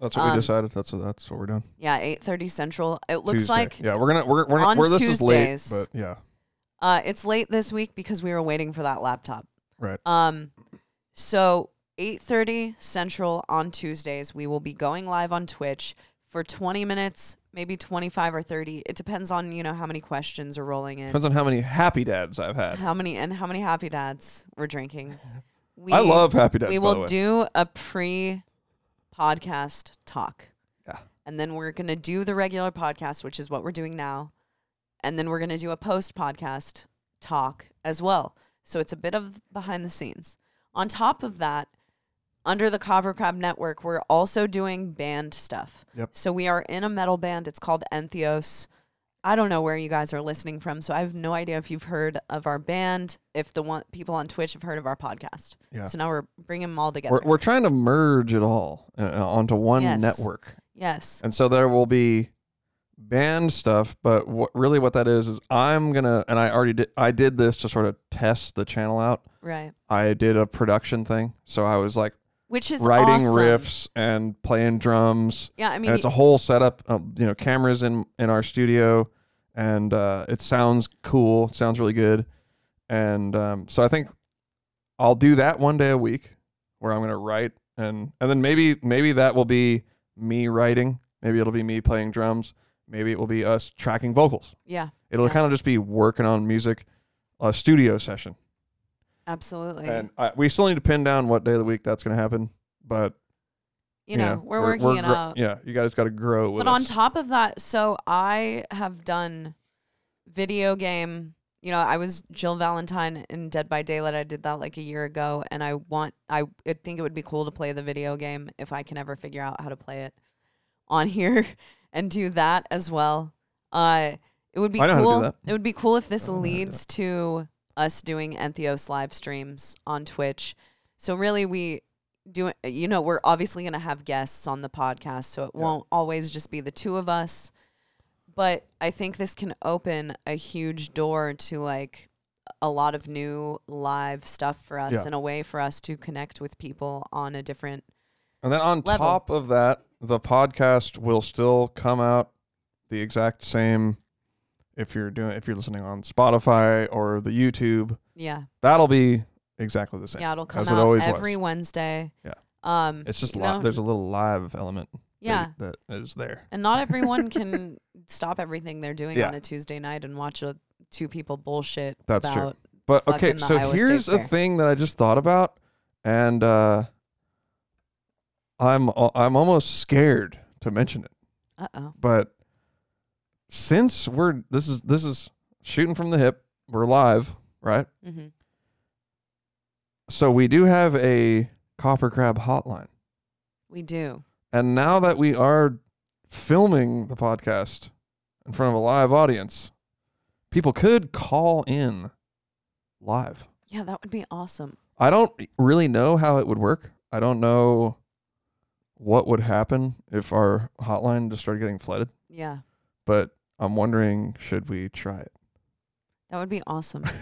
Speaker 1: That's what
Speaker 2: Um,
Speaker 1: we decided. That's what, that's what we're doing.
Speaker 2: Yeah, 8:30 Central. It looks
Speaker 1: Tuesday.
Speaker 2: like
Speaker 1: yeah, we're gonna we're we're,
Speaker 2: on
Speaker 1: we're this is
Speaker 2: Tuesdays-
Speaker 1: late, but yeah,
Speaker 2: uh, it's late this week because we were waiting for that laptop.
Speaker 1: right.
Speaker 2: Um, so 8:30 Central on Tuesdays, we will be going live on Twitch for 20 minutes, maybe 25 or 30. It depends on you know how many questions are rolling in.
Speaker 1: Depends on how many happy dads I've had.
Speaker 2: How many and how many happy dads we're
Speaker 1: [LAUGHS]
Speaker 2: drinking? We,
Speaker 1: I love happy dads.
Speaker 2: We
Speaker 1: by the
Speaker 2: will
Speaker 1: way.
Speaker 2: do a pre-podcast talk.
Speaker 1: Yeah.
Speaker 2: And then we're gonna do the regular podcast, which is what we're doing now, and then we're gonna do a post-podcast talk as well. So it's a bit of behind the scenes. On top of that, under the Copper Crab Network, we're also doing band stuff.
Speaker 1: Yep.
Speaker 2: So we are in a metal band. It's called Entheos. I don't know where you guys are listening from, so I have no idea if you've heard of our band, if the one people on Twitch have heard of our podcast.
Speaker 1: Yeah.
Speaker 2: So now we're bringing them all together.
Speaker 1: We're we're trying to merge it all uh, uh, onto one
Speaker 2: Yes.
Speaker 1: network,
Speaker 2: yes.
Speaker 1: and so there will be band stuff. But what really what that is is I'm gonna and I already did I did this to sort of test the channel out.
Speaker 2: Right.
Speaker 1: I did a production thing, so I was like
Speaker 2: Which is
Speaker 1: writing
Speaker 2: awesome.
Speaker 1: riffs and playing drums
Speaker 2: Yeah, I mean,
Speaker 1: and it's a whole setup. Um, you know, cameras in in our studio, and uh, it sounds cool. It sounds really good, and um, so I think I'll do that one day a week, where I'm gonna write, and and then maybe maybe that will be me writing. Maybe it'll be me playing drums. Maybe it will be us tracking vocals.
Speaker 2: yeah,
Speaker 1: It'll
Speaker 2: Yeah.
Speaker 1: kind of just be working on music, a studio session.
Speaker 2: absolutely.
Speaker 1: And I, we still need to pin down what day of the week that's gonna happen, but
Speaker 2: you know, we're, working it
Speaker 1: gr-
Speaker 2: out.
Speaker 1: Yeah, you guys got to grow with
Speaker 2: but on
Speaker 1: us.
Speaker 2: top of that, so I have done video game. You know, I was Jill Valentine in Dead by Daylight. I did that like a year ago, and I want I I think it would be cool to play the video game if I can ever figure out how to play it on here [LAUGHS] and do that as well. Uh, it would be
Speaker 1: I know how to do
Speaker 2: cool.
Speaker 1: that.
Speaker 2: It would be cool if this
Speaker 1: I know how to do
Speaker 2: leads to us doing Entheos live streams on Twitch. So really, we do you know we're obviously going to have guests on the podcast so it
Speaker 1: Yeah.
Speaker 2: won't always just be the two of us but i think this can open a huge door to like a lot of new live stuff for us
Speaker 1: Yeah.
Speaker 2: and a way for us to connect with people on a different
Speaker 1: And then on
Speaker 2: level.
Speaker 1: top of that, the podcast will still come out the exact same if you're doing if you're listening on Spotify or the YouTube.
Speaker 2: yeah
Speaker 1: That'll be exactly the same.
Speaker 2: yeah it'll come
Speaker 1: as it
Speaker 2: out
Speaker 1: always
Speaker 2: every
Speaker 1: was.
Speaker 2: wednesday
Speaker 1: Yeah.
Speaker 2: um
Speaker 1: It's just
Speaker 2: you
Speaker 1: li-
Speaker 2: know,
Speaker 1: there's a little live element that-
Speaker 2: yeah
Speaker 1: that is there.
Speaker 2: and not
Speaker 1: [LAUGHS]
Speaker 2: everyone can stop everything they're doing
Speaker 1: Yeah.
Speaker 2: on a tuesday night and watch a two people bullshit
Speaker 1: That's true.
Speaker 2: about
Speaker 1: But
Speaker 2: Fucking
Speaker 1: okay,
Speaker 2: the
Speaker 1: so
Speaker 2: Iowa State
Speaker 1: here's a
Speaker 2: Fair.
Speaker 1: thing that I just thought about and uh I'm al- I'm almost scared to mention it.
Speaker 2: uh-oh
Speaker 1: But since we're this is this is shooting from the hip, we're live, right?
Speaker 2: Mm-hmm.
Speaker 1: So we do have a copper crab hotline.
Speaker 2: We do.
Speaker 1: And now that we are filming the podcast in front of a live audience, people could call in live.
Speaker 2: Yeah, that would be awesome.
Speaker 1: I don't really know how it would work. I don't know what would happen if our hotline just started getting flooded,
Speaker 2: Yeah,
Speaker 1: but I'm wondering should we try it?
Speaker 2: that would be
Speaker 1: [LAUGHS]
Speaker 2: awesome. And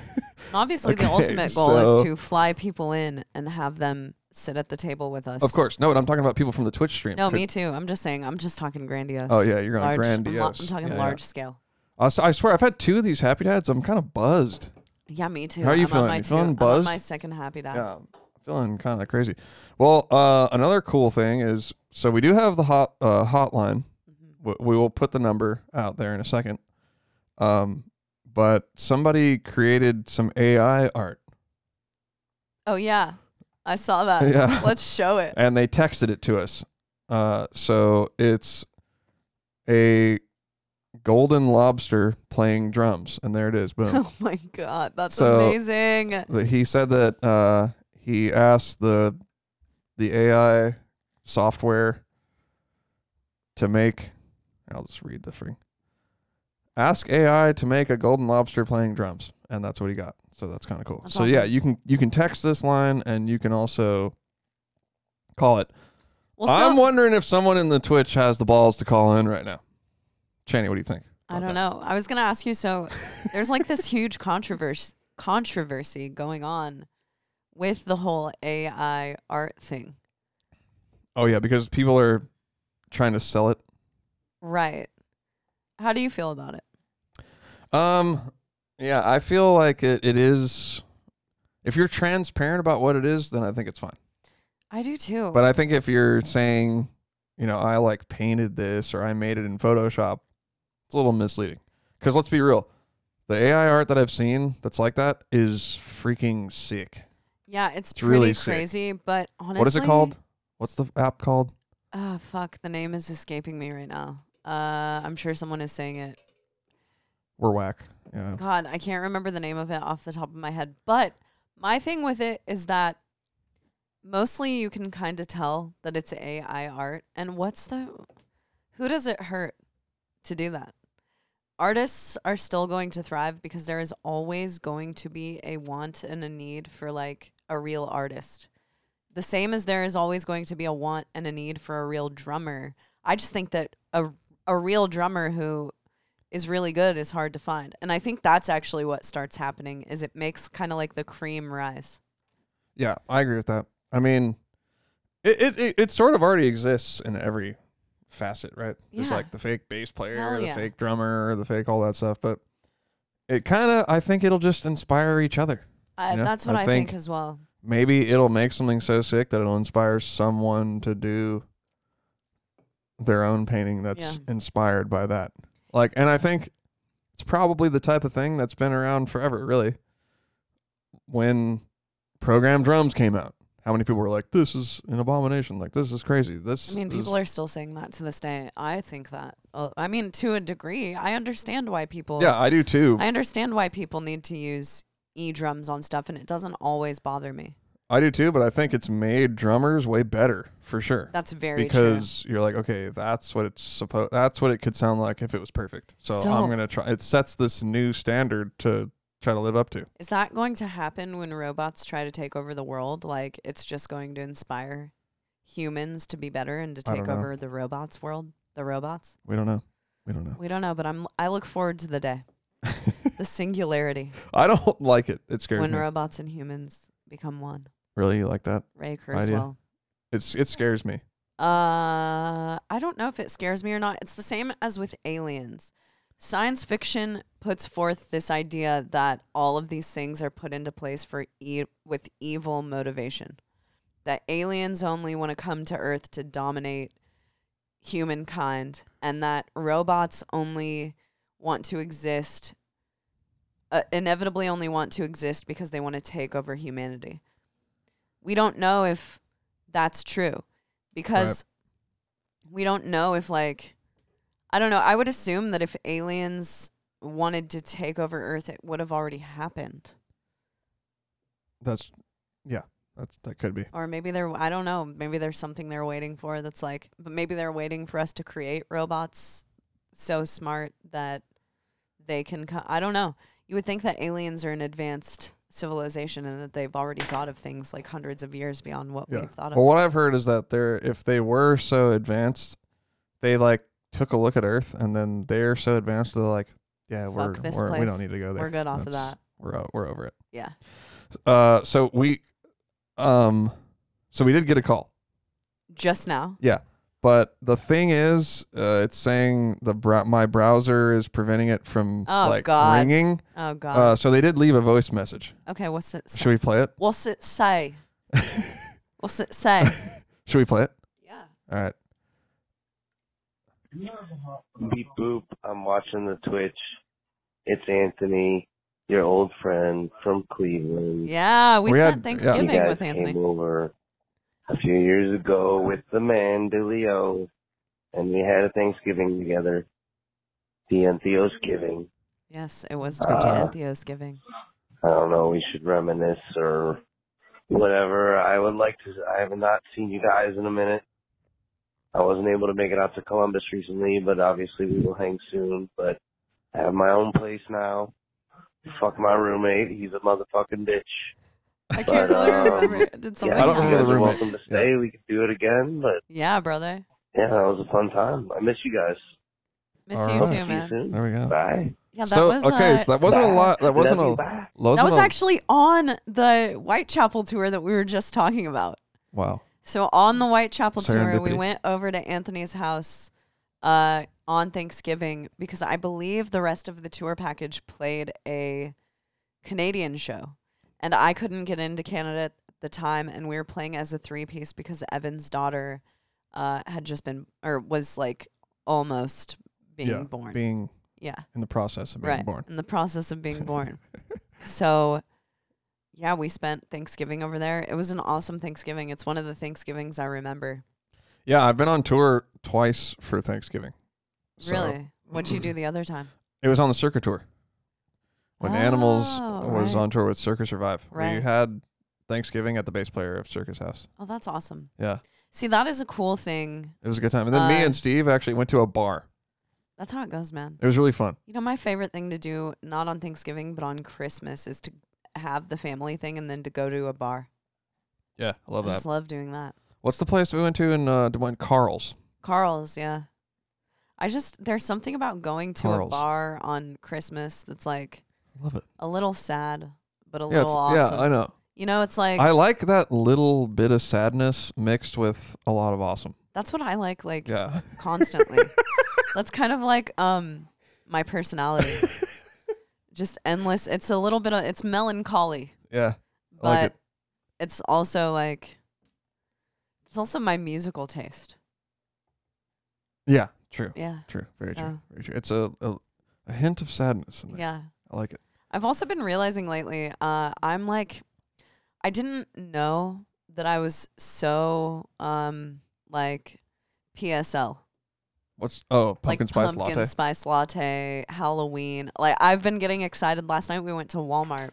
Speaker 2: obviously, the
Speaker 1: Okay,
Speaker 2: ultimate goal
Speaker 1: so-
Speaker 2: is to fly people in and have them sit at the table with us.
Speaker 1: Of course. No, but I'm talking about people from the Twitch stream.
Speaker 2: No,
Speaker 1: Could-
Speaker 2: me too. I'm just saying. I'm just talking grandiose.
Speaker 1: Oh, yeah, you're on
Speaker 2: Large- I'm lo-
Speaker 1: grandiose.
Speaker 2: I'm talking
Speaker 1: Yeah, yeah.
Speaker 2: large scale.
Speaker 1: I s- I swear, I've had two of these happy dads. I'm kind of buzzed.
Speaker 2: Yeah, me too.
Speaker 1: How are you
Speaker 2: I'm
Speaker 1: feeling?
Speaker 2: On my
Speaker 1: You
Speaker 2: two-
Speaker 1: feeling
Speaker 2: I'm on
Speaker 1: buzzed?
Speaker 2: my second happy dad.
Speaker 1: Yeah, I'm feeling kind of crazy. Well, uh, another cool thing is so we do have the hot uh, hotline.
Speaker 2: Mhm.
Speaker 1: W- We will put the number out there in a second. Um, but somebody created some AI art.
Speaker 2: Oh yeah, I saw that.
Speaker 1: [LAUGHS] Yeah.
Speaker 2: Let's
Speaker 1: [LAUGHS]
Speaker 2: show it.
Speaker 1: and they texted it to us. Uh, so it's a golden lobster playing drums, and there it is. Boom.
Speaker 2: [LAUGHS] Oh my god, that's
Speaker 1: So-
Speaker 2: amazing.
Speaker 1: The- he said that uh, he asked the the AI software to make. I'll just read the thing. Ask AI to make a golden lobster playing drums, and that's what he got. So that's kind of cool.
Speaker 2: That's
Speaker 1: so yeah,
Speaker 2: awesome.
Speaker 1: you can you can text this line, and you can also call it.
Speaker 2: Well,
Speaker 1: I'm
Speaker 2: so,
Speaker 1: wondering if someone in the Twitch has the balls to call in right now. Channy, what do you think?
Speaker 2: I don't know. I was gonna ask you. So there's like this huge controversy controversy going on with the whole AI art thing,
Speaker 1: Oh yeah, because people are trying to sell it.
Speaker 2: right? How do you feel about it?
Speaker 1: Um, yeah, I feel like it, it is. If you're transparent about what it is, then I think it's fine.
Speaker 2: I do too.
Speaker 1: But I think if you're saying, you know, I like painted this or I made it in Photoshop, it's a little misleading. Because let's be real, the AI art that I've seen that's like that is freaking sick.
Speaker 2: yeah, it's,
Speaker 1: It's
Speaker 2: pretty
Speaker 1: really sick.
Speaker 2: crazy. But honestly,
Speaker 1: what is it called? What's the app called?
Speaker 2: Oh fuck, the name is escaping me right now. Uh, I'm sure someone is saying it.
Speaker 1: We're whack. Yeah.
Speaker 2: God, I can't remember the name of it off the top of my head. But my thing with it is that mostly you can kind of tell that it's AI art. And what's the. Who does it hurt to do that? Artists are still going to thrive because there is always going to be a want and a need for like a real artist. The same as there is always going to be a want and a need for a real drummer. I just think that a a real drummer who is really good is hard to find. And I think that's actually what starts happening is it makes kind of like the cream rise.
Speaker 1: Yeah, I agree with that. I mean, it it, it, it sort of already exists in every facet, right? There's
Speaker 2: Yeah.
Speaker 1: like the fake bass player,
Speaker 2: Hell
Speaker 1: the
Speaker 2: yeah.
Speaker 1: fake drummer, the fake all that stuff. But it kind of, I think it'll just inspire each other.
Speaker 2: I,
Speaker 1: Yeah,
Speaker 2: that's what
Speaker 1: I
Speaker 2: I, think,
Speaker 1: think-
Speaker 2: as well.
Speaker 1: Maybe it'll make something so sick that it'll inspire someone to do their own painting that's
Speaker 2: Yeah.
Speaker 1: inspired by that. Like, and I think it's probably the type of thing that's been around forever, really. When programmed drums came out, how many people were like, "This is an abomination. Like, this is crazy. This."
Speaker 2: I mean,
Speaker 1: is-
Speaker 2: people are still saying that to this day. I think that. uh, I mean, to a degree, I understand why people.
Speaker 1: Yeah, I do too.
Speaker 2: I understand why people need to use e drums on stuff, and it doesn't always bother me.
Speaker 1: I do too, but I think it's made drummers way better for sure.
Speaker 2: That's very true.
Speaker 1: because you're like, okay, that's what it's supposed. That's what it could sound like if it was perfect. So,
Speaker 2: So-
Speaker 1: I'm gonna try. It sets this new standard to try to live up to.
Speaker 2: Is that going to happen when robots try to take over the world? Like, it's just going to inspire humans to be better and to
Speaker 1: I don't
Speaker 2: take
Speaker 1: know.
Speaker 2: over the robots' world? The robots?
Speaker 1: We don't know. We don't know. [LAUGHS]
Speaker 2: We don't know, but I'm I look forward to the day. the singularity
Speaker 1: I don't like it. It scares
Speaker 2: when
Speaker 1: me.
Speaker 2: robots and humans become one.
Speaker 1: really, you like that?
Speaker 2: Ray
Speaker 1: Idea.
Speaker 2: Kurzweil.
Speaker 1: It's it scares me.
Speaker 2: Uh I don't know if it scares me or not. It's the same as with aliens. Science fiction puts forth this idea that all of these things are put into place for e- with evil motivation. That aliens only want to come to earth to dominate humankind and that robots only want to exist uh, inevitably only want to exist because they want to take over humanity. We don't know if that's true because we don't know if like I don't know, I would assume that if aliens wanted to take over Earth, it would have already happened.
Speaker 1: That's yeah. That's that could be.
Speaker 2: Or maybe they're, I don't know, maybe there's something they're waiting for that's like, but maybe they're waiting for us to create robots so smart that they can come. I don't know. You would think that aliens are an advanced civilization and that they've already thought of things like hundreds of years beyond what
Speaker 1: Yeah.
Speaker 2: we've thought of.
Speaker 1: Well, what I've heard is that they're if they were so advanced, they like took a look at Earth and then they're so advanced they're like, yeah, we're,
Speaker 2: Fuck this
Speaker 1: we're we
Speaker 2: place.
Speaker 1: don't need to go there.
Speaker 2: We're good off of
Speaker 1: That's-
Speaker 2: that.
Speaker 1: We're o- we're over it.
Speaker 2: Yeah.
Speaker 1: Uh, so we, um, so we did get a call,
Speaker 2: Just now.
Speaker 1: but the thing is, uh, it's saying the brow my browser is preventing it from
Speaker 2: Oh,
Speaker 1: like
Speaker 2: God.
Speaker 1: ringing.
Speaker 2: Oh, God.
Speaker 1: Uh, so they did leave a voice message.
Speaker 2: okay. What's it say?
Speaker 1: Should we play it? [LAUGHS]
Speaker 2: What's it say? What's it say?
Speaker 1: Should we play it?
Speaker 2: yeah.
Speaker 1: All right.
Speaker 3: Beep boop. I'm watching the Twitch. It's Anthony, your old friend from Cleveland.
Speaker 2: Yeah. We,
Speaker 1: We had-
Speaker 2: spent
Speaker 1: yeah.
Speaker 2: Thanksgiving
Speaker 3: you guys
Speaker 2: with Anthony.
Speaker 3: came over a few years ago with the man DeLeo, and we had a Thanksgiving together. The Antheo's giving.
Speaker 2: Yes, it was
Speaker 3: Uh,
Speaker 2: uh, Theo's giving.
Speaker 3: I don't know. We should reminisce or whatever. I would like to. I have not seen you guys in a minute. I wasn't able to make it out to Columbus recently, but obviously we will hang soon. But I have my own place now. Fuck my roommate. He's a motherfucking bitch.
Speaker 2: I
Speaker 3: can't
Speaker 2: can't really
Speaker 3: really um, remember.
Speaker 2: remember. Did something
Speaker 3: Yeah,
Speaker 1: I don't
Speaker 3: you
Speaker 1: remember
Speaker 3: guys
Speaker 1: the
Speaker 3: are
Speaker 1: roommate.
Speaker 3: welcome to stay. We could do it again. But
Speaker 2: Yeah, brother.
Speaker 3: yeah, that was a fun time. I miss you guys.
Speaker 2: Miss
Speaker 1: All
Speaker 2: you
Speaker 1: right.
Speaker 3: See
Speaker 2: too,
Speaker 3: you
Speaker 2: man.
Speaker 3: soon.
Speaker 1: There we go.
Speaker 3: Bye.
Speaker 2: Yeah, that
Speaker 1: so
Speaker 2: was
Speaker 1: okay,
Speaker 2: uh,
Speaker 1: so that wasn't a
Speaker 3: Bye.
Speaker 1: lot. That
Speaker 3: Love
Speaker 1: wasn't
Speaker 3: you.
Speaker 1: a.
Speaker 3: Bye.
Speaker 2: that was
Speaker 1: wasn't a-
Speaker 2: actually on the Whitechapel tour that we were just talking about.
Speaker 1: wow.
Speaker 2: So on the Whitechapel tour, we
Speaker 1: Serendipity.
Speaker 2: went over to Anthony's house uh, on Thanksgiving because I believe the rest of the tour package played a Canadian show, and I couldn't get into Canada at the time, and we were playing as a three piece because Evan's daughter uh, had just been or was like almost being
Speaker 1: yeah,
Speaker 2: born.
Speaker 1: being
Speaker 2: yeah,
Speaker 1: in the process of being
Speaker 2: right.
Speaker 1: born.
Speaker 2: In the process of
Speaker 1: [LAUGHS]
Speaker 2: being born. so, yeah, we spent Thanksgiving over there. It was an awesome Thanksgiving. It's one of the Thanksgivings I remember.
Speaker 1: Yeah, I've been on tour twice for Thanksgiving. So [CLEARS THROAT]
Speaker 2: really? What'd you do the other time?
Speaker 1: It was on the Circa tour when Animals
Speaker 2: Oh,
Speaker 1: was
Speaker 2: right.
Speaker 1: on tour with Circa Survive. We
Speaker 2: Right.
Speaker 1: had Thanksgiving at the bass player of Circa's house.
Speaker 2: Oh, that's awesome.
Speaker 1: Yeah,
Speaker 2: See, that is a cool thing.
Speaker 1: it was a good time. And then me
Speaker 2: Uh,
Speaker 1: and Steve actually went to a bar.
Speaker 2: That's how it goes, man.
Speaker 1: It was really fun.
Speaker 2: You know, my favorite thing to do, not on Thanksgiving, but on Christmas, is to have the family thing and then to go to a bar.
Speaker 1: Yeah, I love
Speaker 2: I
Speaker 1: that.
Speaker 2: just love doing that.
Speaker 1: What's the place we went to in uh, Des Moines? Carl's.
Speaker 2: Carl's, yeah. I just, there's something about going to
Speaker 1: Carl's.
Speaker 2: a bar on Christmas that's like,
Speaker 1: I love it.
Speaker 2: a little sad, but a
Speaker 1: yeah,
Speaker 2: little
Speaker 1: it's,
Speaker 2: awesome.
Speaker 1: yeah, I know.
Speaker 2: you know, it's like
Speaker 1: I like that little bit of sadness mixed with a lot of awesome.
Speaker 2: that's what I like, like
Speaker 1: Yeah.
Speaker 2: [LAUGHS] constantly. that's kind of like um my personality. Just endless. It's a little bit of it's melancholy,
Speaker 1: [LAUGHS] Yeah.
Speaker 2: but
Speaker 1: I like it.
Speaker 2: it's also like it's also my musical taste.
Speaker 1: Yeah. True.
Speaker 2: Yeah.
Speaker 1: True. Very true.
Speaker 2: So-
Speaker 1: Very true. It's a, a a hint of sadness in there.
Speaker 2: Yeah.
Speaker 1: I like it.
Speaker 2: I've also been realizing lately, uh, I'm like, I didn't know that I was so um like PSL.
Speaker 1: What's oh pumpkin
Speaker 2: like
Speaker 1: spice
Speaker 2: pumpkin
Speaker 1: latte?
Speaker 2: spice latte, Halloween. Like I've been getting excited. Last night we went to Walmart,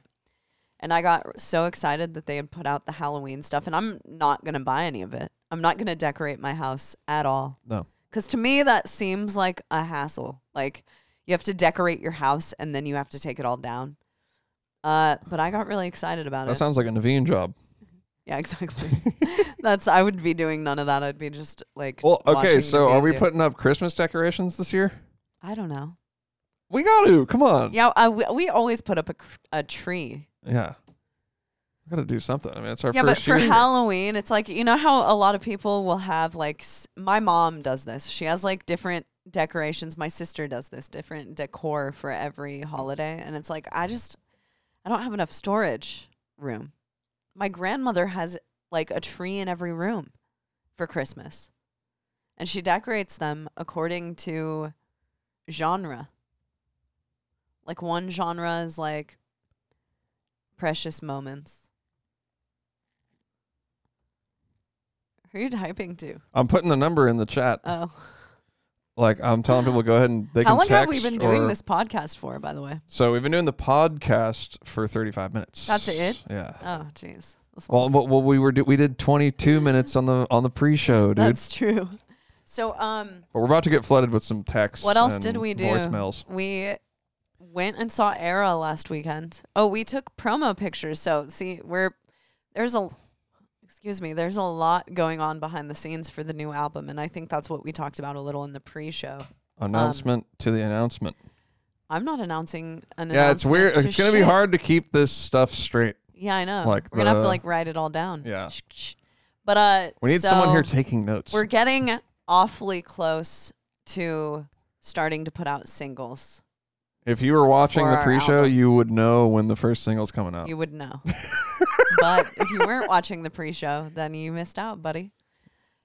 Speaker 2: and I got so excited that they had put out the Halloween stuff, and I'm not gonna buy any of it. I'm not gonna decorate my house at all.
Speaker 1: No.
Speaker 2: Cause to me that seems like a hassle. Like you have to decorate your house and then you have to take it all down. Uh, but I got really excited about
Speaker 1: That
Speaker 2: it.
Speaker 1: sounds like a Naveen job.
Speaker 2: yeah, exactly.
Speaker 1: [LAUGHS]
Speaker 2: That's I would be doing none of that. I'd be just like.
Speaker 1: Well, okay,
Speaker 2: watching
Speaker 1: so are
Speaker 2: Naveen
Speaker 1: we
Speaker 2: do it.
Speaker 1: putting up Christmas decorations this year?
Speaker 2: I don't know.
Speaker 1: We got to. Come on.
Speaker 2: Yeah, I, we, we always put up a, cr- a tree.
Speaker 1: Yeah. We got to do something. I mean, it's our
Speaker 2: Yeah, but
Speaker 1: first
Speaker 2: for
Speaker 1: year.
Speaker 2: Halloween, it's like you know how a lot of people will have like s- my mom does this. She has like different decorations. My sister does this different decor for every holiday, and it's like I just I don't have enough storage room. My grandmother has like a tree in every room for Christmas, and she decorates them according to genre. Like one genre is like precious moments. Who are you typing to?
Speaker 1: I'm putting the number in the chat.
Speaker 2: Oh,
Speaker 1: Like I'm telling people, go ahead and they
Speaker 2: How
Speaker 1: can
Speaker 2: long
Speaker 1: text.
Speaker 2: have we been doing
Speaker 1: or-
Speaker 2: this podcast for, by the way?
Speaker 1: So we've been doing the podcast for 35 minutes.
Speaker 2: That's it?
Speaker 1: Yeah.
Speaker 2: Oh, jeez. This
Speaker 1: Well,
Speaker 2: one's-
Speaker 1: well, well, we were do- we did 22 minutes on the on the pre-show, dude.
Speaker 2: Mm. that's true. So, um,
Speaker 1: but we're about to get flooded with some texts.
Speaker 2: what else
Speaker 1: and
Speaker 2: did we do?
Speaker 1: Voicemails.
Speaker 2: We went and saw Era last weekend. Oh, we took promo pictures. So, see, we're there's a excuse me, there's a lot going on behind the scenes for the new album, and I think that's what we talked about a little in the pre-show.
Speaker 1: Announcement to the announcement.
Speaker 2: I'm not announcing an
Speaker 1: Yeah, it's weird.
Speaker 2: announcement
Speaker 1: It's gonna be
Speaker 2: "Oh, shit.
Speaker 1: hard to keep this stuff straight.
Speaker 2: Yeah, I know.
Speaker 1: Like
Speaker 2: we're gonna have to
Speaker 1: the-
Speaker 2: like write it all down.
Speaker 1: Yeah.
Speaker 2: But uh,
Speaker 1: We need someone here
Speaker 2: so
Speaker 1: taking notes.
Speaker 2: we're getting awfully close to starting to put out singles.
Speaker 1: If you were watching
Speaker 2: for
Speaker 1: the
Speaker 2: our
Speaker 1: pre-show,
Speaker 2: album.
Speaker 1: you would know when the first single's coming out.
Speaker 2: You
Speaker 1: [LAUGHS]
Speaker 2: would know. but if you weren't watching the pre-show, then you missed out, buddy.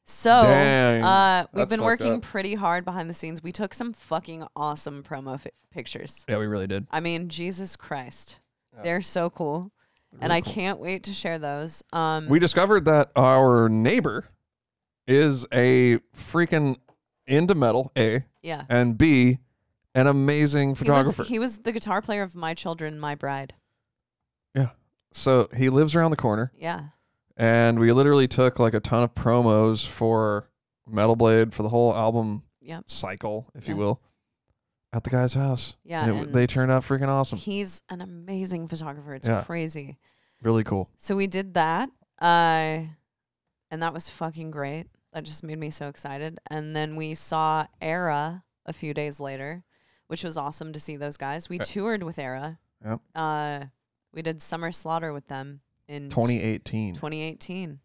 Speaker 2: So
Speaker 1: Dang,
Speaker 2: uh, we've
Speaker 1: that's
Speaker 2: been
Speaker 1: fucked
Speaker 2: working
Speaker 1: up.
Speaker 2: pretty hard behind the scenes. We took some fucking awesome promo fi- pictures.
Speaker 1: yeah, we really did.
Speaker 2: I mean, Jesus Christ, they're so cool, and
Speaker 1: Really
Speaker 2: I
Speaker 1: cool.
Speaker 2: can't wait to share those. Um,
Speaker 1: We discovered that our neighbor is a freaking into metal, A,
Speaker 2: yeah.
Speaker 1: and B, an amazing
Speaker 2: He was,
Speaker 1: photographer.
Speaker 2: he was the guitar player of My Children, My Bride.
Speaker 1: so he lives around the corner,
Speaker 2: Yeah.
Speaker 1: and we literally took like a ton of promos for Metal Blade for the whole album
Speaker 2: Yep.
Speaker 1: cycle, if you
Speaker 2: Yeah.
Speaker 1: will, at the guy's house.
Speaker 2: Yeah,
Speaker 1: And it-
Speaker 2: and
Speaker 1: they turned out freaking awesome.
Speaker 2: He's an amazing photographer. It's
Speaker 1: Yeah.
Speaker 2: crazy.
Speaker 1: Really cool.
Speaker 2: So we did that. Uh, and that was fucking great. That just made me so excited. And then we saw Era a few days later, which was awesome to see those guys. We
Speaker 1: Uh,
Speaker 2: toured with Era.
Speaker 1: yep.
Speaker 2: Uh, we did Summer Slaughter with them in
Speaker 1: 2018.
Speaker 2: 2018.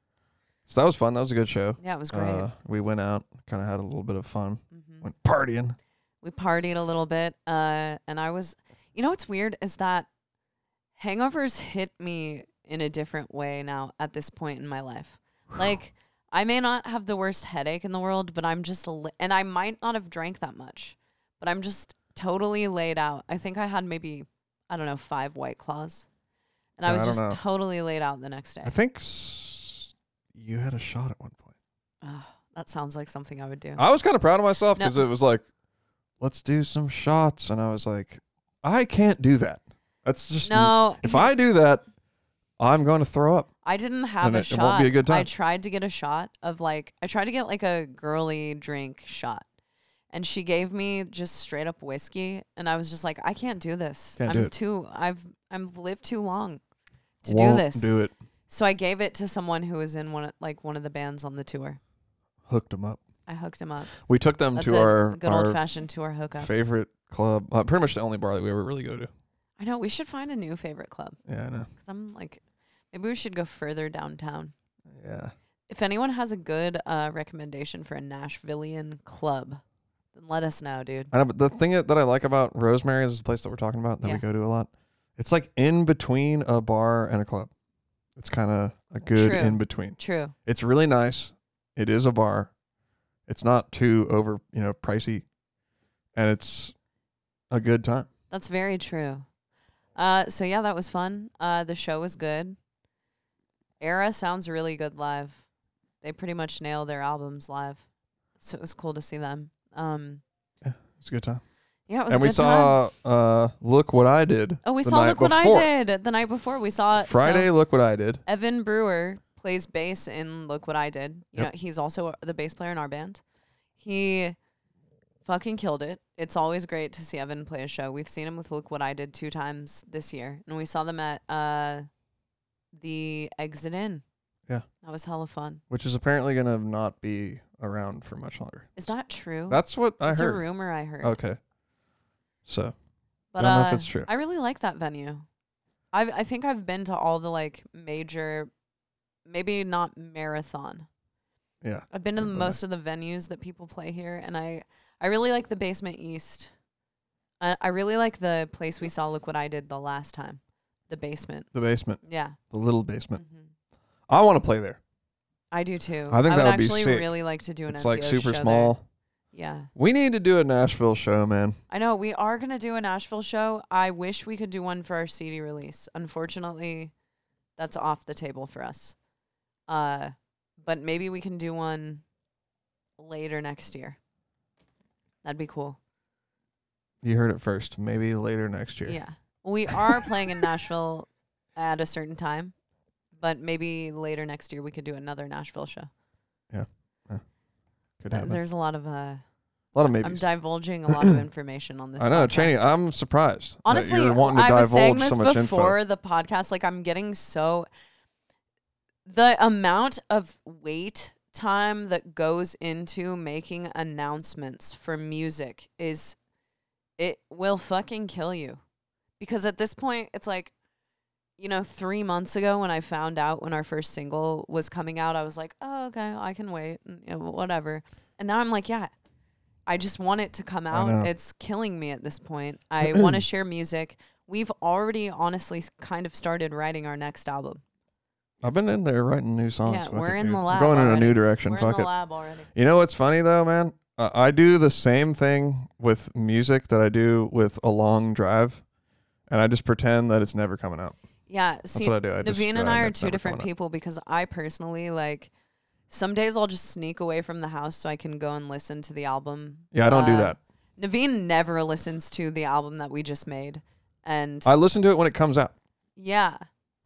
Speaker 1: So that was fun. That was a good show.
Speaker 2: Yeah, it was great.
Speaker 1: Uh, we went out, kind of had a little bit of fun,
Speaker 2: hmm
Speaker 1: went partying.
Speaker 2: we partied a little bit uh and i was you know what's weird is that hangovers hit me in a different way now at this point in my life like i may not have the worst headache in the world but i'm just li- and i might not have drank that much but i'm just totally laid out i think i had maybe i don't know five white claws and i
Speaker 1: Yeah,
Speaker 2: was
Speaker 1: I don't
Speaker 2: just
Speaker 1: know.
Speaker 2: totally laid out the next day
Speaker 1: I think s- you had a shot at one point.
Speaker 2: Ugh, that sounds like something i would do
Speaker 1: I was kind of proud of myself
Speaker 2: No.
Speaker 1: because it was like, let's do some shots, and I was like, I can't do that. That's just
Speaker 2: no
Speaker 1: If I do that, I'm going to throw up.
Speaker 2: I didn't have
Speaker 1: And
Speaker 2: a
Speaker 1: it- it
Speaker 2: shot.
Speaker 1: won't be a good
Speaker 2: I
Speaker 1: time.
Speaker 2: tried to get a shot of like I tried to get like a girly drink shot. And she gave me just straight up whiskey and I was just like, I can't do this.
Speaker 1: Can't
Speaker 2: I'm
Speaker 1: do it.
Speaker 2: too I've I've lived too long to
Speaker 1: Won't
Speaker 2: do this.
Speaker 1: Do it.
Speaker 2: So I gave it to someone who was in one of, like one of the bands on the tour.
Speaker 1: Hooked them up.
Speaker 2: I hooked him up.
Speaker 1: We took them
Speaker 2: That's
Speaker 1: to
Speaker 2: it.
Speaker 1: our,
Speaker 2: A good
Speaker 1: our
Speaker 2: old fashioned tour hookup.
Speaker 1: favorite club. Uh, pretty much the only bar that we ever really go to.
Speaker 2: I know we should find a new favorite club
Speaker 1: Yeah, I know.
Speaker 2: because I'm like, maybe we should go further downtown.
Speaker 1: Yeah.
Speaker 2: if anyone has a good uh, recommendation for a Nashvilleian club, then let us know, dude.
Speaker 1: I know, but the thing that that I like about Rosemary is the place that we're talking about that
Speaker 2: Yeah.
Speaker 1: we go to a lot. It's like in between a bar and a club. It's kind of a good
Speaker 2: True.
Speaker 1: in between.
Speaker 2: True.
Speaker 1: It's really nice. It is a bar. It's not too over, you know, pricey, and it's a good time.
Speaker 2: That's very true. Uh, so yeah, that was fun. Uh, the show was good. Era sounds really good live. They pretty much nail their albums live, so it was cool to see them. Um,
Speaker 1: It's a good time.
Speaker 2: yeah, it was.
Speaker 1: and
Speaker 2: a
Speaker 1: we
Speaker 2: good time.
Speaker 1: saw uh, look what I did.
Speaker 2: Oh, we
Speaker 1: the
Speaker 2: saw
Speaker 1: night
Speaker 2: look what
Speaker 1: before.
Speaker 2: I did the night before. We saw so-
Speaker 1: Friday. Look what I did.
Speaker 2: Evan Brewer plays bass in Look What I Did. You
Speaker 1: Yep.
Speaker 2: know, he's also the bass player in our band. He fucking killed it. It's always great to see Evan play a show. We've seen him with Look What I Did two times this year, and we saw them at uh, the Exit Inn.
Speaker 1: Yeah.
Speaker 2: That was hella fun.
Speaker 1: Which is apparently gonna not be around for much longer.
Speaker 2: Is that true?
Speaker 1: That's what I
Speaker 2: That's a
Speaker 1: heard.
Speaker 2: rumor I heard.
Speaker 1: Okay. So
Speaker 2: but
Speaker 1: don't know
Speaker 2: uh,
Speaker 1: if it's true.
Speaker 2: I really like that venue. I I think I've been to all the like major, maybe not marathon,
Speaker 1: yeah.
Speaker 2: I've been to
Speaker 1: Yeah,
Speaker 2: the
Speaker 1: but I-
Speaker 2: most of the venues that people play here, and I I really like the Basement East. I, I really like the place we saw. Look what I did the last time, the basement.
Speaker 1: The basement.
Speaker 2: Yeah,
Speaker 1: The little basement.
Speaker 2: Mhm.
Speaker 1: I want to play there.
Speaker 2: I do too.
Speaker 1: I think
Speaker 2: would
Speaker 1: that would be
Speaker 2: actually
Speaker 1: sick.
Speaker 2: really like to do an.
Speaker 1: It's like
Speaker 2: NPO show
Speaker 1: super
Speaker 2: there.
Speaker 1: small.
Speaker 2: Yeah,
Speaker 1: We need to do a Nashville show, man.
Speaker 2: I know we are gonna do a Nashville show. I wish we could do one for our CD release. Unfortunately, that's off the table for us. Uh, but maybe we can do one later next year. That'd be cool.
Speaker 1: You heard it first. Maybe later next year.
Speaker 2: Yeah. We are playing in Nashville at a certain time, but maybe later next year we could do another Nashville show.
Speaker 1: Could
Speaker 2: Th-
Speaker 1: happen.
Speaker 2: There's a lot of uh
Speaker 1: a lot of
Speaker 2: I'm
Speaker 1: maybes. [COUGHS]
Speaker 2: divulging a lot of information on this.
Speaker 1: I know,
Speaker 2: podcast.
Speaker 1: Cheney. I'm surprised.
Speaker 2: Honestly,
Speaker 1: that you're wanting to
Speaker 2: I was saying
Speaker 1: divulge
Speaker 2: this
Speaker 1: so much
Speaker 2: before the podcast. Like, I'm getting so the amount of wait time that goes into making announcements for music is it will fucking kill you because at this point it's like you know 3 months ago when i found out when our first single was coming out i was like oh okay i can wait and, you know, whatever and now i'm like yeah i just want it to come
Speaker 1: know.
Speaker 2: out it's killing me at
Speaker 1: [CLEARS THROAT]
Speaker 2: this point i want to share music we've already honestly s- kind of started writing our next album
Speaker 1: info. I've been in there writing new songs.
Speaker 2: yeah
Speaker 1: Fuck
Speaker 2: we're
Speaker 1: it,
Speaker 2: in
Speaker 1: dude.
Speaker 2: the
Speaker 1: I'm
Speaker 2: lab
Speaker 1: going in a
Speaker 2: already.
Speaker 1: new direction.
Speaker 2: we're
Speaker 1: Fuck
Speaker 2: in the
Speaker 1: it.
Speaker 2: lab already
Speaker 1: You know what's funny though, man? Uh, I do the same thing with music that I do with a long drive, and I just pretend that it's never coming out.
Speaker 2: yeah
Speaker 1: That's
Speaker 2: see
Speaker 1: what I do. I just,
Speaker 2: Naveen
Speaker 1: uh,
Speaker 2: and I are
Speaker 1: it's
Speaker 2: two
Speaker 1: never
Speaker 2: different
Speaker 1: coming out.
Speaker 2: people because I personally like some days I'll just sneak away from the house so I can go and listen to the album.
Speaker 1: Yeah, I don't do
Speaker 2: Uh,
Speaker 1: that.
Speaker 2: Naveen never listens to the album that we just made. And
Speaker 1: I listen to it when it comes out
Speaker 2: yeah,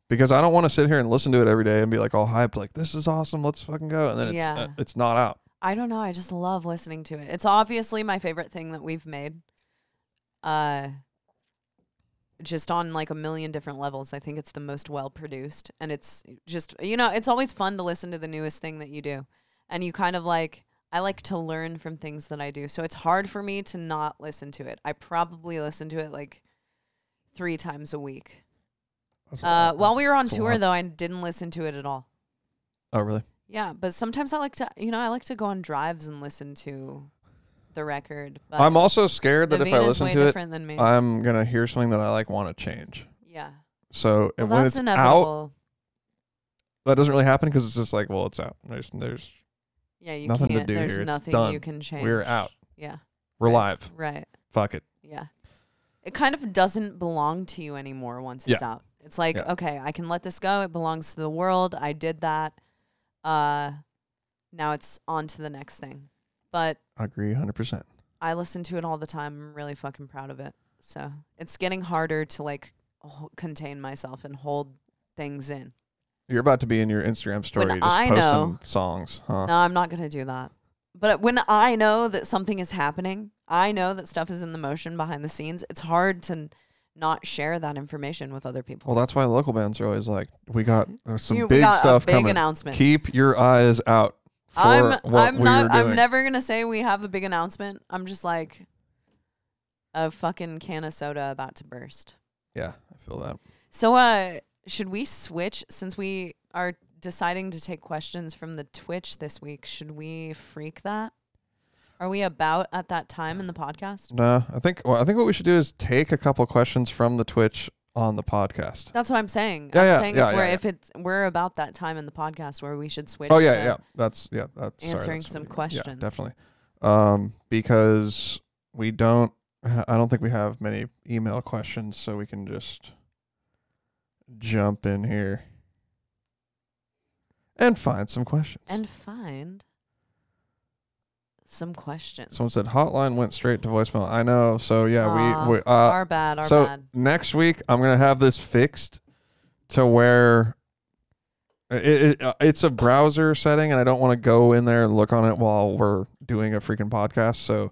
Speaker 1: because I don't want to sit here and listen to it every day and be like all hyped, like this is awesome, let's fucking go, and then it's uh,
Speaker 2: Yeah.
Speaker 1: it's not out.
Speaker 2: I don't know, I just love listening to it. It's obviously my favorite thing that we've made. Uh just on like a million different levels. I think it's the most well produced and it's just you know, it's always fun to listen to the newest thing that you do. and you kind of like I like to learn from things that I do. So it's hard for me to not listen to it. I probably listen to it like three times a week.
Speaker 1: That's a
Speaker 2: Uh,
Speaker 1: lot.
Speaker 2: while we were on
Speaker 1: That's a
Speaker 2: tour,
Speaker 1: lot.
Speaker 2: though, I didn't listen to it at all.
Speaker 1: oh really?
Speaker 2: Yeah, but sometimes I like to, you know, I like to go on drives and listen to the record. But
Speaker 1: I'm also scared that if I
Speaker 2: Naveen is
Speaker 1: listen
Speaker 2: way
Speaker 1: to it,
Speaker 2: different than me.
Speaker 1: I'm gonna hear something that I like want to change.
Speaker 2: yeah,
Speaker 1: So
Speaker 2: well,
Speaker 1: and when
Speaker 2: that's
Speaker 1: it's out,
Speaker 2: inevitable.
Speaker 1: that doesn't really happen because it's just like, well, it's out. There's there's
Speaker 2: yeah, you
Speaker 1: nothing to
Speaker 2: can't.
Speaker 1: do
Speaker 2: There's
Speaker 1: here. It's
Speaker 2: nothing you
Speaker 1: done.
Speaker 2: can change.
Speaker 1: we're out.
Speaker 2: Yeah,
Speaker 1: We're
Speaker 2: Right.
Speaker 1: live.
Speaker 2: right.
Speaker 1: Fuck it.
Speaker 2: Yeah. It kind of doesn't belong to you anymore once it's out. It's like,
Speaker 1: Yeah.
Speaker 2: okay, I can let this go. It belongs to the world. I did that. Uh now it's on to the next thing. But
Speaker 1: I agree 100. percent
Speaker 2: I listen to it all the time. I'm really fucking proud of it. So, it's getting harder to like ho- contain myself and hold things in.
Speaker 1: You're about to be in your Instagram story just
Speaker 2: I
Speaker 1: posting
Speaker 2: know-
Speaker 1: songs, huh?
Speaker 2: No, I'm not going to do that. But when I know that something is happening, I know that stuff is in the motion behind the scenes. It's hard to n- not share that information with other people.
Speaker 1: Well, that's why local bands are always like, we got uh, some
Speaker 2: You- we
Speaker 1: big
Speaker 2: got a
Speaker 1: stuff
Speaker 2: big
Speaker 1: coming.
Speaker 2: announcement.
Speaker 1: Keep your eyes out for
Speaker 2: I'm
Speaker 1: what
Speaker 2: I'm
Speaker 1: we're
Speaker 2: not
Speaker 1: doing.
Speaker 2: I'm never gonna say we have a big announcement. I'm just like a fucking can of soda about to burst.
Speaker 1: yeah, I feel that.
Speaker 2: So uh should we switch since we are deciding to take questions from the Twitch this week, should we freak that? Are we about at that time in the podcast?
Speaker 1: No, I think well, I think what we should do is take a couple questions from the Twitch on the podcast.
Speaker 2: That's what I'm saying.
Speaker 1: Yeah,
Speaker 2: I'm
Speaker 1: yeah,
Speaker 2: saying
Speaker 1: yeah,
Speaker 2: if we're
Speaker 1: yeah, yeah.
Speaker 2: if it's we're about that time in the podcast where we should switch
Speaker 1: Oh
Speaker 2: to
Speaker 1: yeah, yeah. That's yeah. That's sorry,
Speaker 2: answering
Speaker 1: that's
Speaker 2: some
Speaker 1: what we- Yeah,
Speaker 2: questions.
Speaker 1: definitely. Um, because we don't. I don't think we have many email questions, so we can just jump in here and find some questions.
Speaker 2: and find some questions.
Speaker 1: Someone said hotline went straight to voicemail. I know. So yeah,
Speaker 2: Aw,
Speaker 1: we we uh,
Speaker 2: our bad, our
Speaker 1: so
Speaker 2: bad.
Speaker 1: next week I'm gonna have this fixed to where it, it uh, it's a browser setting and I don't want to go in there and look on it while we're doing a freaking podcast. So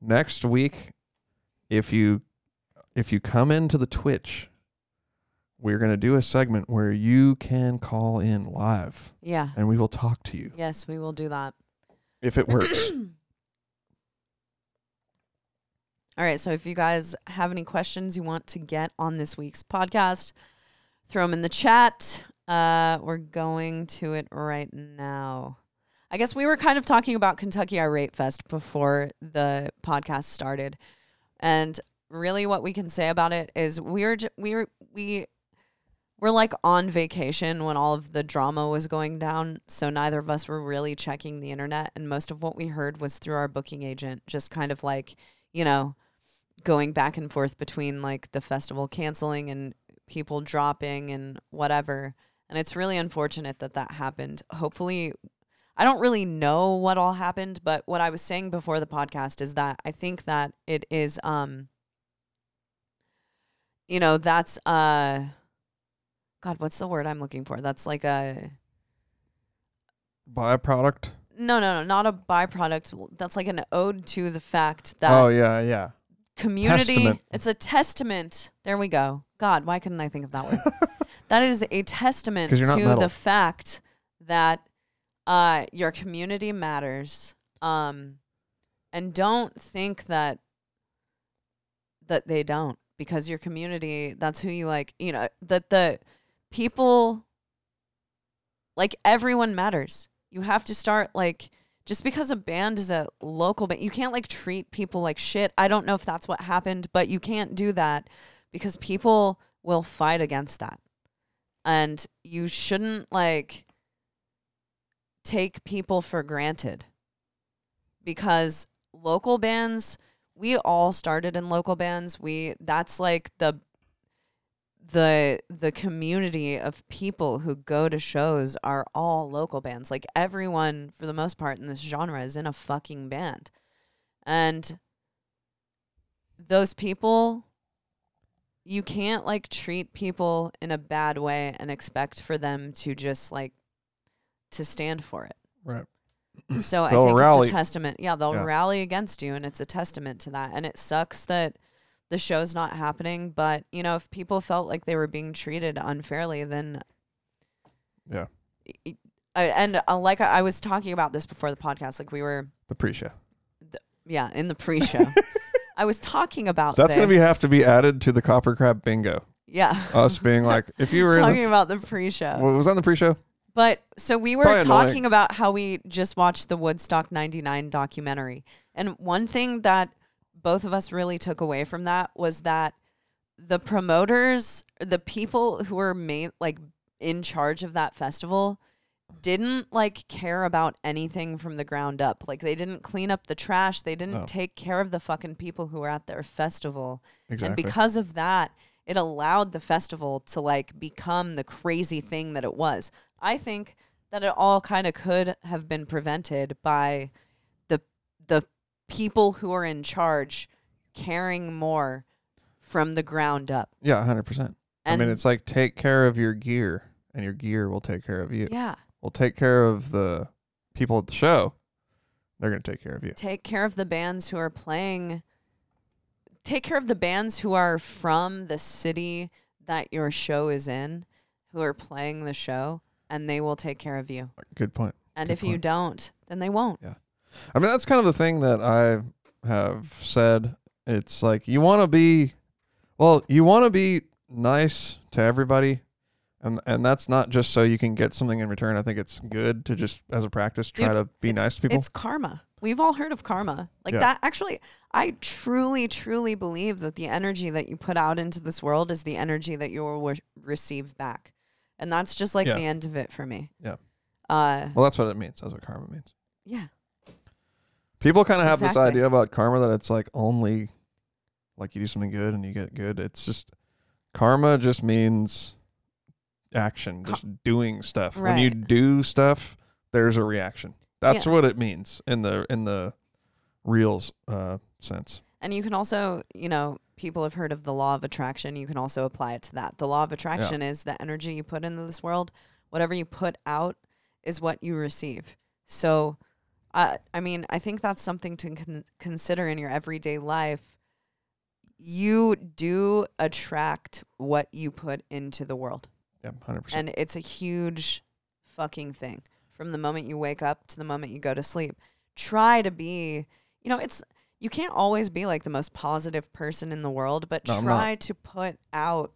Speaker 1: next week, if you if you come into the Twitch, we're gonna do a segment where you can call in live
Speaker 2: Yeah.
Speaker 1: and we will talk to you
Speaker 2: Yes, we will do that.
Speaker 1: if it
Speaker 2: [COUGHS]
Speaker 1: works.
Speaker 2: All right. So if you guys have any questions you want to get on this week's podcast, throw them in the chat. Uh, we're going to it right now. I guess we were kind of talking about Kentucky Irate Fest before the podcast started, and really, what we can say about it is we're j- we're we we're like on vacation when all of the drama was going down. So neither of us were really checking the internet. And most of what we heard was through our booking agent, just kind of like, you know, going back and forth between like the festival canceling and people dropping and whatever. And it's really unfortunate that that happened. Hopefully, I don't really know what all happened, but what I was saying before the podcast is that I think that it is um you know, that's uh God, what's the word I'm looking for? That's like a
Speaker 1: Byproduct.
Speaker 2: no, no, no, not a byproduct. That's like an ode to the fact that
Speaker 1: Oh yeah, yeah. [LAUGHS]
Speaker 2: community
Speaker 1: Testament.
Speaker 2: it's a testament. There we go. God, why couldn't I think of that word? that is a testament
Speaker 1: 'Cause
Speaker 2: to
Speaker 1: you're not metal.
Speaker 2: the fact that uh, your community matters. Um, and don't think that that they don't because your community that's who you like you know that the people like everyone matters you have to start like just because a band is a local band you can't like treat people like shit i don't know if that's what happened but you can't do that because people will fight against that and you shouldn't like take people for granted because local bands we all started in local bands we that's like the the the community of people who go to shows are all local bands like everyone for the most part in this genre is in a fucking band and those people you can't like treat people in a bad way and expect for them to just like to stand for it
Speaker 1: [LAUGHS] Right.
Speaker 2: so I
Speaker 1: They'll
Speaker 2: think
Speaker 1: rally.
Speaker 2: it's a testament. Yeah, they'll
Speaker 1: Yeah.
Speaker 2: rally against you, and it's a testament to that. And it sucks that the show's not happening, but you know, if people felt like they were being treated unfairly, then
Speaker 1: Yeah.
Speaker 2: I- and uh, like I I was talking about this before the podcast, like we were,
Speaker 1: The pre-show.
Speaker 2: yeah, in
Speaker 1: [LAUGHS]
Speaker 2: the pre-show, I was talking about
Speaker 1: That's gonna be
Speaker 2: this.
Speaker 1: have to be added to the copper crab bingo.
Speaker 2: yeah,
Speaker 1: Us being like, if you were in
Speaker 2: talking
Speaker 1: the,
Speaker 2: about the pre-show.
Speaker 1: what was that in the pre-show?
Speaker 2: But so we were
Speaker 1: Probably annoying.
Speaker 2: talking about how we just watched the Woodstock 99 documentary. And one thing that both of us really took away from that was that the promoters, the people who were main, like in charge of that festival, didn't like care about anything from the ground up. Like they didn't clean up the trash, they didn't
Speaker 1: No.
Speaker 2: take care of the fucking people who were at their festival.
Speaker 1: Exactly.
Speaker 2: And because of that, it allowed the festival to like become the crazy thing that it was. I think that it all kind of could have been prevented by the the people who are in charge caring more from the ground up.
Speaker 1: yeah, hundred percent. I
Speaker 2: And
Speaker 1: mean, it's like take care of your gear, and your gear will take care of you.
Speaker 2: yeah,
Speaker 1: Will take care of the people at the show. They're gonna take care of you.
Speaker 2: take care of the bands who are playing take care of the bands who are from the city that your show is in, who are playing the show, and they will take care of you.
Speaker 1: Good point.
Speaker 2: And
Speaker 1: Good
Speaker 2: if you
Speaker 1: point.
Speaker 2: don't, then they won't.
Speaker 1: I mean, that's kind of the thing that I have said. It's like you want to be, well, you want to be nice to everybody, and and that's not just so you can get something in return. I think it's good to just as a practice try to be nice to people.
Speaker 2: It's karma. We've all heard of karma. Like
Speaker 1: Yeah.
Speaker 2: that actually I truly truly believe that the energy that you put out into this world is the energy that you will wa- receive back. And that's just like
Speaker 1: Yeah.
Speaker 2: the end of it for me.
Speaker 1: Yeah.
Speaker 2: Uh
Speaker 1: Well, that's what it means. That's what karma means.
Speaker 2: yeah.
Speaker 1: People kind of have this
Speaker 2: Exactly.
Speaker 1: idea about karma that it's like only like you do something good and you get good. It's just karma just means action,
Speaker 2: Ca-
Speaker 1: just doing stuff. When you
Speaker 2: Right.
Speaker 1: do stuff, there's a reaction. That's
Speaker 2: Yeah.
Speaker 1: what it means in the in the real uh, sense.
Speaker 2: And you can also, you know, people have heard of the law of attraction. You can also apply it to that. The law of attraction is the energy you put into this world, whatever you put out is what you receive. So, I, I mean, I think that's something to con- consider in your everyday life. You do attract what you put into the world.
Speaker 1: Yeah, hundred percent.
Speaker 2: And it's a huge fucking thing from the moment you wake up to the moment you go to sleep. Try to be, you know, it's you can't always be like the most positive person in the world, but
Speaker 1: No, I'm not.
Speaker 2: try to put out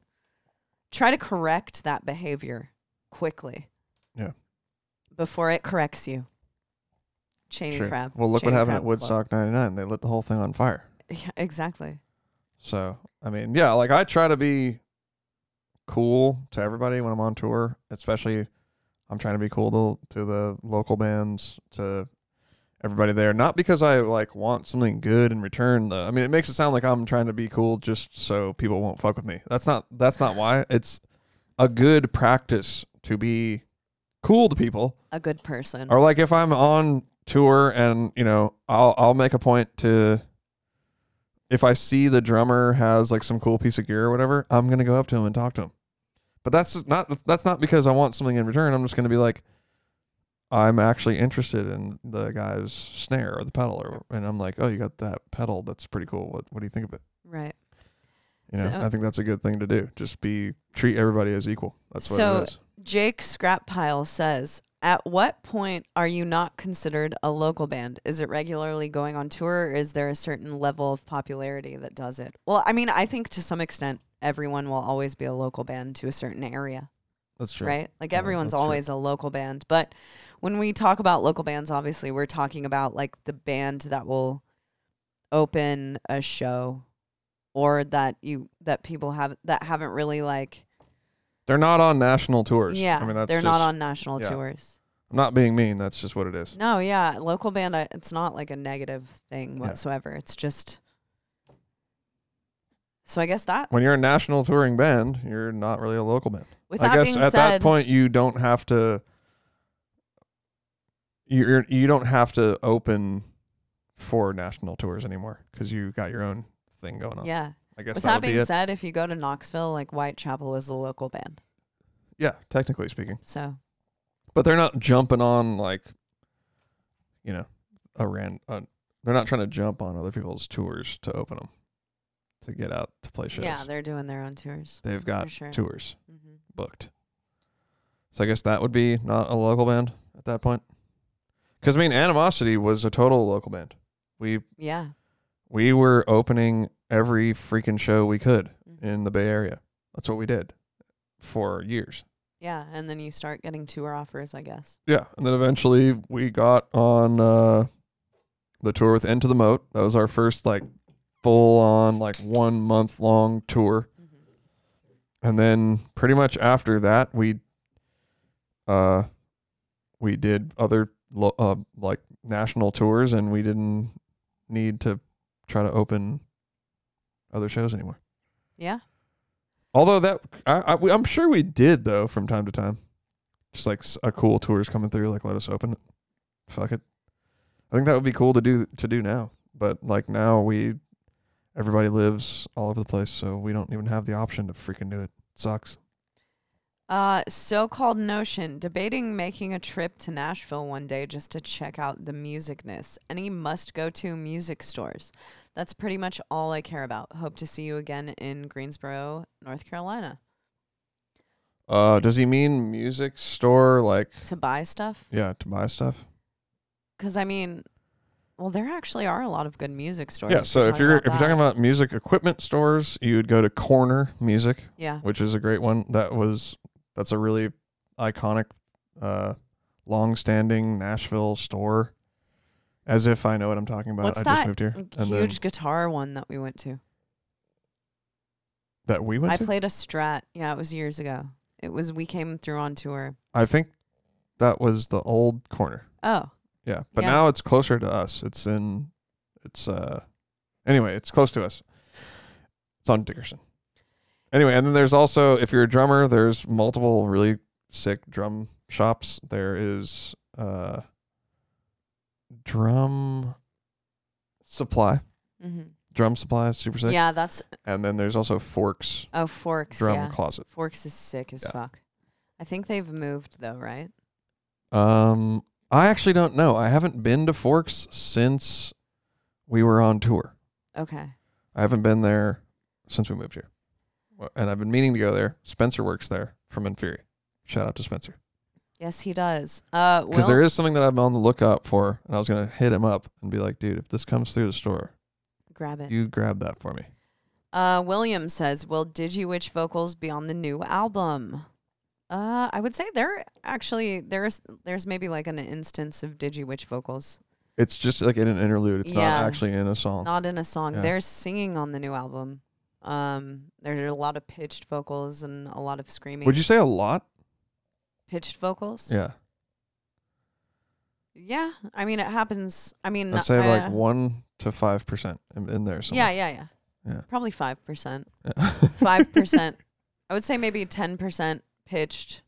Speaker 2: try to correct that behavior quickly.
Speaker 1: Yeah.
Speaker 2: Before it corrects you. Cheney
Speaker 1: True.
Speaker 2: crab.
Speaker 1: Well, look
Speaker 2: Cheney
Speaker 1: what happened
Speaker 2: crab
Speaker 1: at
Speaker 2: club.
Speaker 1: Woodstock '99. They lit the whole thing on fire.
Speaker 2: [LAUGHS] Yeah, exactly.
Speaker 1: So I mean, yeah, like I try to be cool to everybody when I'm on tour, especially I'm trying to be cool to, to the local bands, to everybody there. Not because I like want something good in return though. I mean it makes it sound like I'm trying to be cool just so people won't fuck with me. That's not that's not why. It's a good practice to be cool to people.
Speaker 2: a good person.
Speaker 1: Or like if I'm on tour and you know, I'll I'll make a point to if I see the drummer has like some cool piece of gear or whatever, I'm gonna go up to him and talk to him. But that's not that's not because I want something in return. I'm just gonna be like, I'm actually interested in the guy's snare or the pedal, or and I'm like, oh, you got that pedal? That's pretty cool. What what do you think of it?
Speaker 2: right.
Speaker 1: You know,
Speaker 2: So-
Speaker 1: I think that's a good thing to do. Just be treat everybody as equal. That's what
Speaker 2: So-
Speaker 1: it is.
Speaker 2: Jake Scrappile says, "At what point are you not considered a local band? Is it regularly going on tour, or is there a certain level of popularity that does it?" Well, I mean, I think to some extent, everyone will always be a local band to a certain area.
Speaker 1: That's true.
Speaker 2: right? Like
Speaker 1: Yeah,
Speaker 2: everyone's
Speaker 1: that's true.
Speaker 2: always a local band. But when we talk about local bands, obviously we're talking about like the band that will open a show or that you that people have that haven't really like
Speaker 1: They're not on national tours.
Speaker 2: yeah
Speaker 1: I mean that's
Speaker 2: they're
Speaker 1: just-
Speaker 2: not on national
Speaker 1: yeah.
Speaker 2: tours
Speaker 1: I'm not being mean. That's just what it is.
Speaker 2: no yeah local band I, it's not like a negative thing
Speaker 1: Yeah.
Speaker 2: whatsoever it's just so i guess that
Speaker 1: When you're a national touring band, you're not really a local band.
Speaker 2: with
Speaker 1: I
Speaker 2: that
Speaker 1: guess
Speaker 2: being
Speaker 1: at
Speaker 2: said
Speaker 1: that point, you don't have to. You're you don't have to open for national tours anymore because you got your own thing going on.
Speaker 2: yeah
Speaker 1: I guess
Speaker 2: with
Speaker 1: that
Speaker 2: that
Speaker 1: would be
Speaker 2: being
Speaker 1: it.
Speaker 2: said if you go to knoxville like whitechapel is a local band
Speaker 1: Yeah, technically speaking,
Speaker 2: so
Speaker 1: but they're not jumping on like, you know, a ran. A, they're not trying to jump on other people's tours to open them, to get out to play shows.
Speaker 2: yeah they're doing their own tours
Speaker 1: They've got
Speaker 2: for sure.
Speaker 1: tours.
Speaker 2: mm-hmm.
Speaker 1: booked. So I guess that would be not a local band at that point. Because I mean, Animosity was a total local band. We
Speaker 2: Yeah.
Speaker 1: we were opening every freaking show we could
Speaker 2: Mhm.
Speaker 1: in the Bay Area. That's what we did for years.
Speaker 2: Yeah. And then you start getting tour offers, I guess.
Speaker 1: Yeah, and then eventually we got on uh, the tour with Into the Moat. That was our first like full on like one month long tour. and then pretty much after that we uh we did other lo- uh, like national tours and we didn't need to try to open other shows anymore
Speaker 2: Yeah.
Speaker 1: although that I, I, i'm sure we did though from time to time just like s- a cool tour's coming through like let us open it fuck it i think that would be cool to do to do now but like now we everybody lives all over the place so we don't even have the option to freaking do it sucks
Speaker 2: Uh, so called notion debating making a trip to Nashville one day just to check out the musicness. Any must go to music stores. That's pretty much all I care about. Hope to see you again in Greensboro, North Carolina.
Speaker 1: Uh, does he mean music store? Like,
Speaker 2: To buy stuff?
Speaker 1: yeah, to buy stuff.
Speaker 2: Because, I mean, well, there actually are a lot of good music stores.
Speaker 1: Yeah. So if you're if
Speaker 2: that.
Speaker 1: you're talking about music equipment stores, you would go to Corner Music,
Speaker 2: Yeah.
Speaker 1: which is a great one. That was that's a really iconic, uh, long-standing Nashville store. As if I know what I'm talking about.
Speaker 2: What's
Speaker 1: I
Speaker 2: that
Speaker 1: just moved here. [LAUGHS]
Speaker 2: Huge
Speaker 1: And then
Speaker 2: guitar one that we went to.
Speaker 1: that we went
Speaker 2: I
Speaker 1: to.
Speaker 2: played a strat. Yeah, it was years ago. It was we came through on tour.
Speaker 1: I think that was the old Corner.
Speaker 2: Oh,
Speaker 1: Yeah, but
Speaker 2: Yeah.
Speaker 1: now it's closer to us. It's in, it's uh, anyway, it's close to us. It's on Dickerson. Anyway, and then there's also if you're a drummer, there's multiple really sick drum shops. There is uh, drum supply,
Speaker 2: mm-hmm.
Speaker 1: drum supply, is super sick.
Speaker 2: yeah, that's
Speaker 1: And then there's also Forks
Speaker 2: oh forks.
Speaker 1: Drum
Speaker 2: yeah,
Speaker 1: Closet.
Speaker 2: forks is sick as
Speaker 1: Yeah.
Speaker 2: fuck. I think they've moved though, right?
Speaker 1: Um, I actually don't know. I haven't been to Forks since we were on tour.
Speaker 2: Okay.
Speaker 1: I haven't been there since we moved here. Well, And I've been meaning to go there. Spencer works there from Inferi. Shout out to Spencer.
Speaker 2: Yes, he does. Uh,
Speaker 1: Because
Speaker 2: Will,
Speaker 1: there is something that I'm on the lookout for, and I was going to hit him up and be like, dude, if this comes through the store,
Speaker 2: grab it.
Speaker 1: you grab that for me.
Speaker 2: Uh, William says, "Will DigiWitch vocals be on the new album?" Uh, I would say there actually there's there's maybe like an instance of DigiWitch vocals,
Speaker 1: It's just like in an interlude. It's
Speaker 2: Yeah.
Speaker 1: not actually in a song.
Speaker 2: not in a song.
Speaker 1: Oh. Yeah.
Speaker 2: There's singing on the new album. Um, there are a lot of pitched vocals and a lot of screaming.
Speaker 1: Would you say a lot?
Speaker 2: pitched vocals.
Speaker 1: Yeah.
Speaker 2: Yeah, I mean it happens. I mean,
Speaker 1: I'd say like
Speaker 2: uh,
Speaker 1: 1 to 5% in, in there.
Speaker 2: Yeah,
Speaker 1: Somewhere.
Speaker 2: yeah, yeah,
Speaker 1: Yeah.
Speaker 2: Probably five percent, [LAUGHS]
Speaker 1: Yeah.
Speaker 2: five percent. I would say maybe ten percent pitched,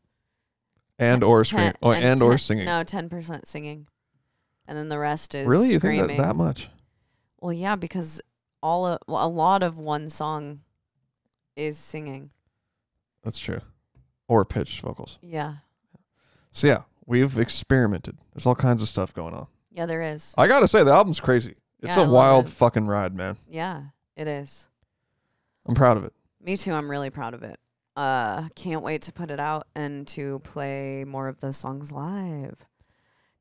Speaker 1: [LAUGHS] and or scream
Speaker 2: Ten-
Speaker 1: or and, or
Speaker 2: ten-
Speaker 1: singing.
Speaker 2: No, ten percent singing, and then the rest is
Speaker 1: really, you
Speaker 2: screaming.
Speaker 1: think that that much?
Speaker 2: Well, yeah, because all of, well, a lot of one song is singing.
Speaker 1: That's true. Or pitched vocals.
Speaker 2: Yeah,
Speaker 1: So yeah, we've experimented. There's all kinds of stuff going on.
Speaker 2: yeah, there is.
Speaker 1: I gotta say, the album's crazy. It's
Speaker 2: Yeah, I
Speaker 1: a
Speaker 2: love
Speaker 1: wild
Speaker 2: it.
Speaker 1: fucking ride, man.
Speaker 2: Yeah, it is.
Speaker 1: I'm proud of it.
Speaker 2: Me too. I'm really proud of it. Uh, can't wait to put it out and to play more of those songs live.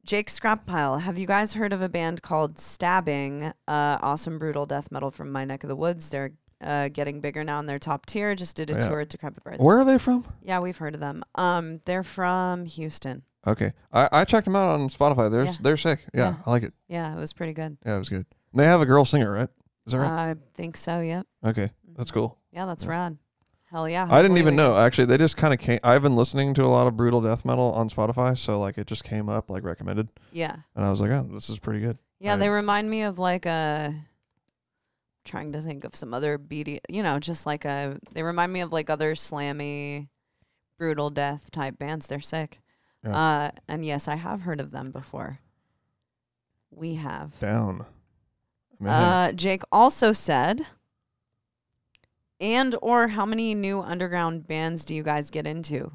Speaker 2: Jake Scrappile, have you guys heard of a band called Stabbing? Uh, awesome brutal death metal from my neck of the woods. They're uh, getting bigger now in their top tier. Just did a
Speaker 1: Yeah.
Speaker 2: tour at Decrepit Birth.
Speaker 1: Where are they from?
Speaker 2: Yeah, we've heard of them. Um, they're from Houston.
Speaker 1: Okay, I, I checked them out on Spotify. They're
Speaker 2: Yeah.
Speaker 1: they're sick. Yeah,
Speaker 2: Yeah.
Speaker 1: I like it.
Speaker 2: Yeah, it was pretty good.
Speaker 1: Yeah, it was good. And they have a girl singer, right? Is that right?
Speaker 2: I think so. Yep. Mm-hmm.
Speaker 1: okay, that's cool.
Speaker 2: Yeah, that's
Speaker 1: Yeah.
Speaker 2: rad. Hell yeah.
Speaker 1: I didn't
Speaker 2: hopefully
Speaker 1: even
Speaker 2: we-
Speaker 1: know. Actually, they just kind of came. I've been listening to a lot of brutal death metal on Spotify, so like it just came up like recommended,
Speaker 2: Yeah.
Speaker 1: and I was like, oh, this is pretty good.
Speaker 2: Yeah,
Speaker 1: I-
Speaker 2: they remind me of like a trying to think of some other BD, you know, just like a they remind me of like other slammy brutal death type bands. They're sick.
Speaker 1: Yeah.
Speaker 2: Uh and yes, I have heard of them before. We have.
Speaker 1: Down. I mean, hey,
Speaker 2: Uh Jake also said and or how many new underground bands do you guys get into?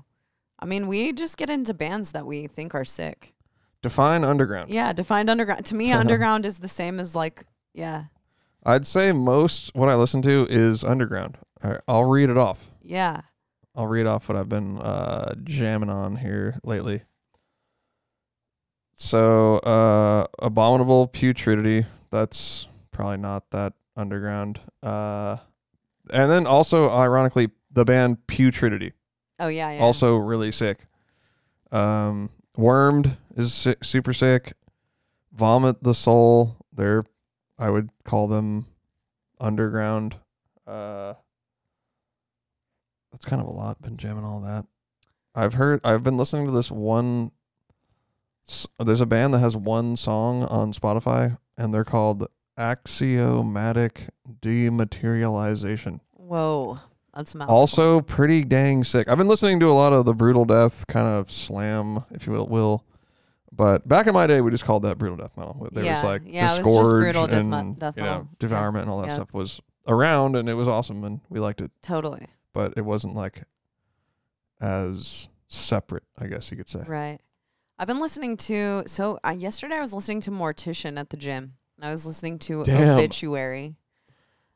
Speaker 2: I mean, we just get into bands that we think are sick.
Speaker 1: define underground.
Speaker 2: Yeah, defined underground. To me, underground is the same as like yeah.
Speaker 1: I'd say most what I listen to is underground. All right, I'll read it off.
Speaker 2: Yeah.
Speaker 1: I'll read off what I've been uh, jamming on here lately. So, uh, Abominable Putridity. That's probably not that underground. Uh, and then also, ironically, the band Putridity.
Speaker 2: Oh yeah, yeah.
Speaker 1: Also, really sick. Um, Wormed is si- super sick. Vomit the Soul. They're, I would call them underground. Uh, that's kind of a lot. Been jamming all that. I've heard. I've been listening to this one. s- There's a band that has one song on Spotify, and they're called Axiomatic Dematerialization.
Speaker 2: Whoa, that's a mouthful.
Speaker 1: Also, pretty dang sick. I've been listening to a lot of the brutal death kind of slam, if you will, will. But back in my day, we just called that brutal death metal. There was
Speaker 2: Yeah,
Speaker 1: like
Speaker 2: yeah, it was just
Speaker 1: disgorge
Speaker 2: brutal death
Speaker 1: and
Speaker 2: me- death
Speaker 1: you know,
Speaker 2: metal. Yeah,
Speaker 1: devourment and all that
Speaker 2: yeah.
Speaker 1: stuff was around, and it was awesome, and we liked it.
Speaker 2: totally
Speaker 1: But it wasn't like as separate, I guess you could say.
Speaker 2: right. I've been listening to so uh, yesterday I was listening to Mortician at the gym, and I was listening to
Speaker 1: Damn.
Speaker 2: Obituary.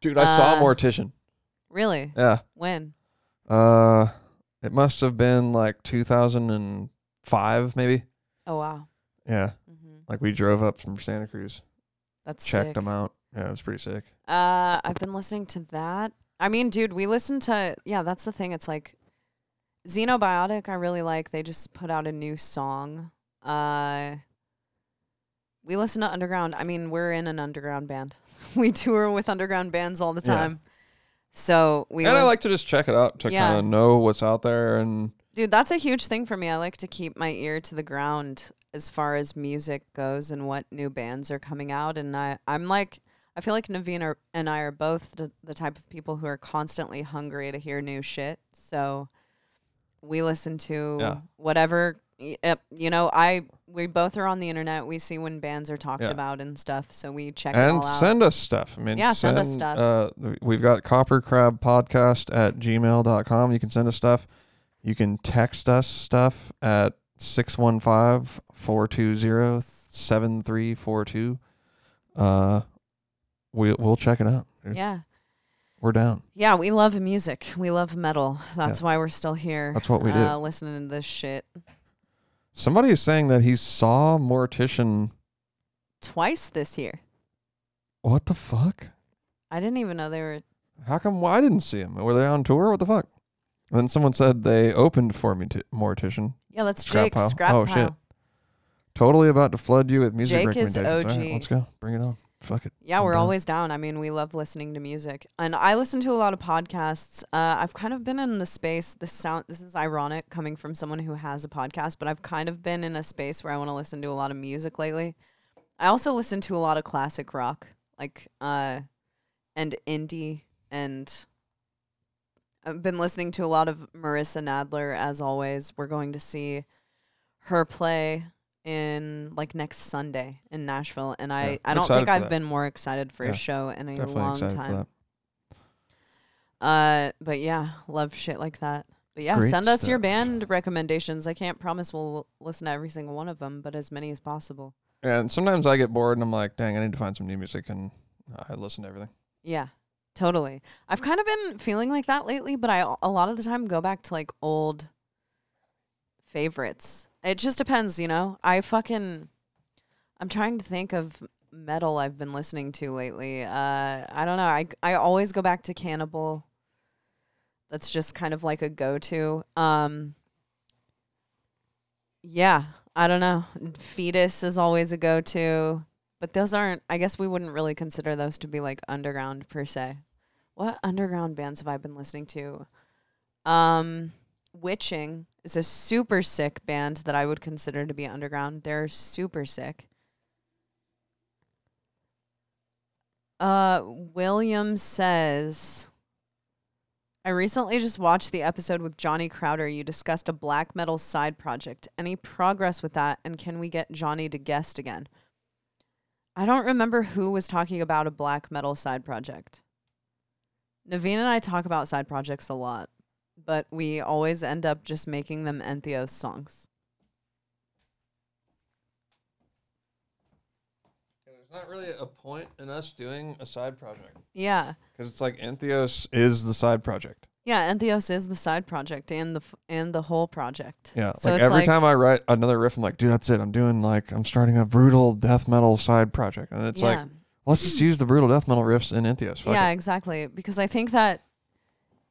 Speaker 1: Dude, I saw
Speaker 2: Uh,
Speaker 1: Mortician.
Speaker 2: Really?
Speaker 1: Yeah.
Speaker 2: When?
Speaker 1: Uh, it must have been like 2005, maybe.
Speaker 2: Oh wow,
Speaker 1: Yeah,
Speaker 2: hmm
Speaker 1: like we drove up from Santa Cruz,
Speaker 2: that's
Speaker 1: checked
Speaker 2: sick.
Speaker 1: them out. Yeah, it was pretty sick.
Speaker 2: Uh, I've been listening to that. I mean, dude, we listened to yeah. That's the thing. It's like Xenobiotic. I really like. They just put out a new song. Uh, we listen to underground. I mean, we're in an underground band. [LAUGHS] we tour with underground bands all the
Speaker 1: Yeah.
Speaker 2: time. So we
Speaker 1: and I
Speaker 2: lis-
Speaker 1: like to just check it out to
Speaker 2: Yeah.
Speaker 1: kind of know what's out there and
Speaker 2: dude. That's a huge thing for me. I like to keep my ear to the ground as far as music goes and what new bands are coming out. And I, I'm like. I feel like Naveen are, and I are both the, the type of people who are constantly hungry to hear new shit. So we listen to
Speaker 1: Yeah.
Speaker 2: whatever. y- yep, You know, I we both are on the internet. We see when bands are talked
Speaker 1: Yeah.
Speaker 2: about and stuff. So we check it
Speaker 1: and
Speaker 2: all out.
Speaker 1: send us stuff. I mean,
Speaker 2: Yeah, send us stuff.
Speaker 1: Uh, th- we've got copper crab podcast at gmail.com. You can send us stuff. You can text us stuff at 615 420 7342. Uh, We'll check it out. dude.
Speaker 2: yeah,
Speaker 1: We're down.
Speaker 2: yeah. We love music. We love metal. That's why we're still here.
Speaker 1: That's what we do.
Speaker 2: uh, Listening to this shit
Speaker 1: Somebody is saying that he saw Mortician.
Speaker 2: twice this year.
Speaker 1: What the fuck?
Speaker 2: I didn't even know they were.
Speaker 1: How come I didn't see him? Were they on tour? What the fuck? And then someone said they opened for me, t- Mortician.
Speaker 2: Yeah, that's
Speaker 1: Scrap
Speaker 2: Jake
Speaker 1: pile.
Speaker 2: Scrap
Speaker 1: Oh, shit.
Speaker 2: Pile.
Speaker 1: Totally about to flood you with music
Speaker 2: Jake is
Speaker 1: recommendations. All right,
Speaker 2: OG.
Speaker 1: let's go. Bring it on. Fuck it.
Speaker 2: Yeah,
Speaker 1: I'm
Speaker 2: we're
Speaker 1: down.
Speaker 2: always down. I mean, we love listening to music, and I listen to a lot of podcasts. Uh, I've kind of been in the space. This sound. This is ironic coming from someone who has a podcast, but I've kind of been in a space where I want to listen to a lot of music lately. I also listen to a lot of classic rock, like uh, and indie, and I've been listening to a lot of Marissa Nadler. As always, we're going to see her play in like next Sunday in Nashville, and I
Speaker 1: Yeah,
Speaker 2: I
Speaker 1: I'm
Speaker 2: don't
Speaker 1: excited
Speaker 2: think
Speaker 1: for
Speaker 2: I've
Speaker 1: that.
Speaker 2: been more excited for
Speaker 1: Yeah,
Speaker 2: a show in a
Speaker 1: Definitely
Speaker 2: long
Speaker 1: excited for
Speaker 2: time.
Speaker 1: that.
Speaker 2: Uh, but yeah, love shit like that. But yeah,
Speaker 1: Great
Speaker 2: send us your
Speaker 1: stuff.
Speaker 2: band recommendations. I can't promise we'll l- listen to every single one of them, but as many as possible.
Speaker 1: And sometimes I get bored and I'm like, dang, I need to find some new music, and I listen to everything.
Speaker 2: Yeah, totally. I've kind of been feeling like that lately, but I a lot of the time go back to like old favorites. It just depends, you know. I fucking I'm trying to think of metal I've been listening to lately. Uh I don't know. I I always go back to Cannibal. That's just kind of like a go-to. Um Yeah, I don't know. Fetus is always a go-to. But those aren't, I guess we wouldn't really consider those to be like underground per se. What underground bands have I been listening to? Um, Witching is a super sick band that I would consider to be underground. They're super sick. Uh, William says, I recently just watched the episode with Johnny Crowder. You discussed a black metal side project. Any progress with that? And can we get Johnny to guest again? I don't remember who was talking about a black metal side project. Naveen and I talk about side projects a lot, but we always end up just making them Entheos songs.
Speaker 1: There's not really a point in us doing a side project
Speaker 2: Yeah.
Speaker 1: because it's like Antheos is the side project.
Speaker 2: Yeah, Entheos is the side project and the f- and the whole project.
Speaker 1: Yeah.
Speaker 2: So
Speaker 1: like
Speaker 2: it's
Speaker 1: every
Speaker 2: like,
Speaker 1: time I write another riff, I'm like, dude, that's it. I'm doing like I'm starting a brutal death metal side project, and it's
Speaker 2: yeah.
Speaker 1: like let's just use the brutal death metal riffs in Antheos. Fuck
Speaker 2: yeah,
Speaker 1: it.
Speaker 2: exactly. Because I think that,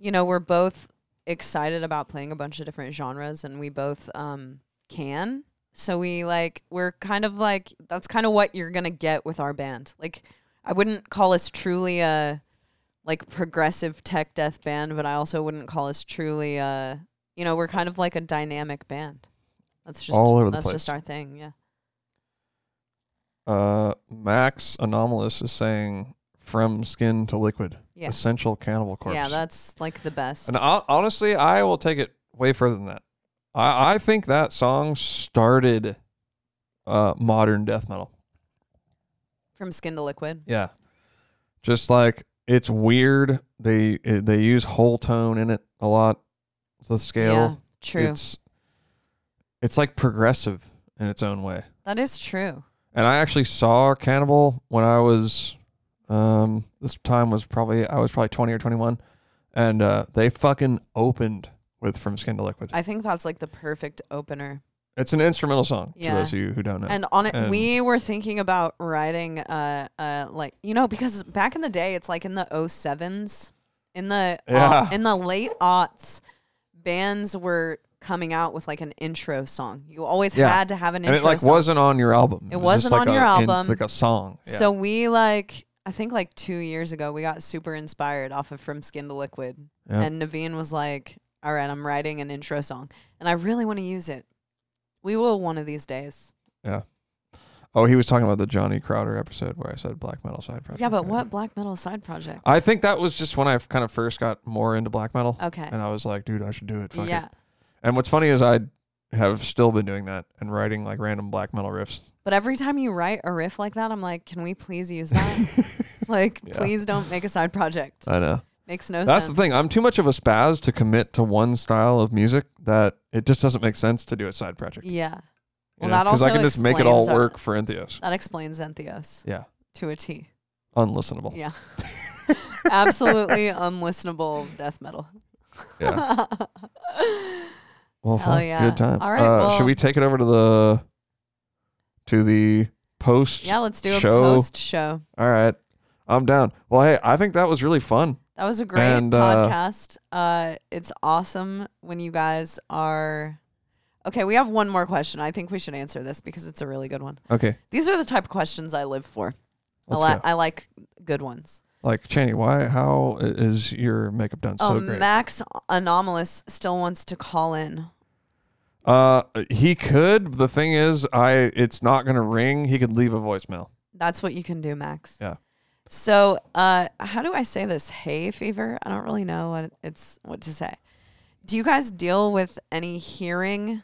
Speaker 2: you know, we're both excited about playing a bunch of different genres and we both um, can. So we like, we're kind of like, that's kind of what you're going to get with our band. Like, I wouldn't call us truly a like progressive tech death band, but I also wouldn't call us truly a, you know, we're kind of like a dynamic band. That's just,
Speaker 1: All over the
Speaker 2: that's
Speaker 1: place.
Speaker 2: just our thing. Yeah.
Speaker 1: Uh, Max Anomalous is saying from skin to liquid,
Speaker 2: Yeah.
Speaker 1: essential cannibal corpse.
Speaker 2: Yeah. That's like the best.
Speaker 1: And hon- honestly, I will take it way further than that. I, I think that song started uh, modern death metal.
Speaker 2: From skin to liquid.
Speaker 1: Yeah, just like it's weird. They it, they use whole tone in it a lot. The
Speaker 2: Yeah.
Speaker 1: scale,
Speaker 2: True.
Speaker 1: it's it's like progressive in its own way.
Speaker 2: that is true.
Speaker 1: And I actually saw Cannibal when I was um this time was probably I was probably 20 or 21 and uh they fucking opened with From Skin to Liquid.
Speaker 2: I think that's like the perfect opener.
Speaker 1: It's an instrumental song
Speaker 2: Yeah.
Speaker 1: for those of you who don't know.
Speaker 2: And on it,
Speaker 1: Uh, And-
Speaker 2: we were thinking about writing, uh, uh, like you know, because back in the day, it's like in the 07s, in the uh,
Speaker 1: Yeah.
Speaker 2: in the late aughts, bands were coming out with like an intro song. You always
Speaker 1: Yeah.
Speaker 2: had to have an
Speaker 1: And it
Speaker 2: intro
Speaker 1: like
Speaker 2: song.
Speaker 1: wasn't on your album.
Speaker 2: It
Speaker 1: was just
Speaker 2: wasn't on
Speaker 1: like a-
Speaker 2: your
Speaker 1: in-
Speaker 2: album.
Speaker 1: like a song. Yeah.
Speaker 2: So we like, I think like two years ago, we got super inspired off of From Skin to Liquid,
Speaker 1: Yeah.
Speaker 2: and Naveen was like, "All right, I'm writing an intro song, and I really want to use it. We will one of these days."
Speaker 1: oh, he was talking about the Johnny Crowder episode where I said black metal side project.
Speaker 2: Yeah, but what black metal side project?
Speaker 1: I think that was just when I kind of first got more into black metal.
Speaker 2: Okay.
Speaker 1: And I was like, dude, I should do it. Uh, Fuck it.
Speaker 2: yeah.
Speaker 1: And what's funny is I have still been doing that and writing like random black metal riffs.
Speaker 2: But every time you write a riff like that, I'm like, can we please use
Speaker 1: [LAUGHS]
Speaker 2: that? like,
Speaker 1: Yeah.
Speaker 2: please don't make a side project.
Speaker 1: I know.
Speaker 2: Makes no
Speaker 1: Uh, That's
Speaker 2: sense.
Speaker 1: the thing. I'm too much of a spaz to commit to one style of music that it just doesn't make sense to do a side project. you
Speaker 2: Yeah. Well,
Speaker 1: know?
Speaker 2: that
Speaker 1: 'Cause I
Speaker 2: also
Speaker 1: can just make it all
Speaker 2: explains our-
Speaker 1: work for Entheos.
Speaker 2: That explains Entheos
Speaker 1: Yeah.
Speaker 2: to a T.
Speaker 1: Unlistenable.
Speaker 2: Yeah. Absolutely [LAUGHS] unlistenable death metal. [LAUGHS]
Speaker 1: Yeah. Well,
Speaker 2: Hell
Speaker 1: fuck,
Speaker 2: yeah.
Speaker 1: good time.
Speaker 2: All right,
Speaker 1: Uh,
Speaker 2: well-
Speaker 1: should we take it over to the to the post?
Speaker 2: yeah, let's do a
Speaker 1: Show.
Speaker 2: post show.
Speaker 1: All right. I'm down. Well, hey, I think that was really fun.
Speaker 2: That was a great
Speaker 1: And, uh,
Speaker 2: podcast. Uh, it's awesome when you guys are. Okay, we have one more question. I think we should answer this because it's a really good one.
Speaker 1: Okay.
Speaker 2: These are the type of questions I live for. I,
Speaker 1: Let's
Speaker 2: li-
Speaker 1: go.
Speaker 2: I like good ones.
Speaker 1: Like Chaney, why? How i- is your makeup done so
Speaker 2: um,
Speaker 1: great?
Speaker 2: Max Anomalous still wants to call in.
Speaker 1: Uh, he could. The thing is, I it's not gonna ring. He could leave a voicemail.
Speaker 2: That's what you can do, Max.
Speaker 1: Yeah.
Speaker 2: So, uh, how do I say this? Hay fever? I don't really know what it's what to say. Do you guys deal with any hearing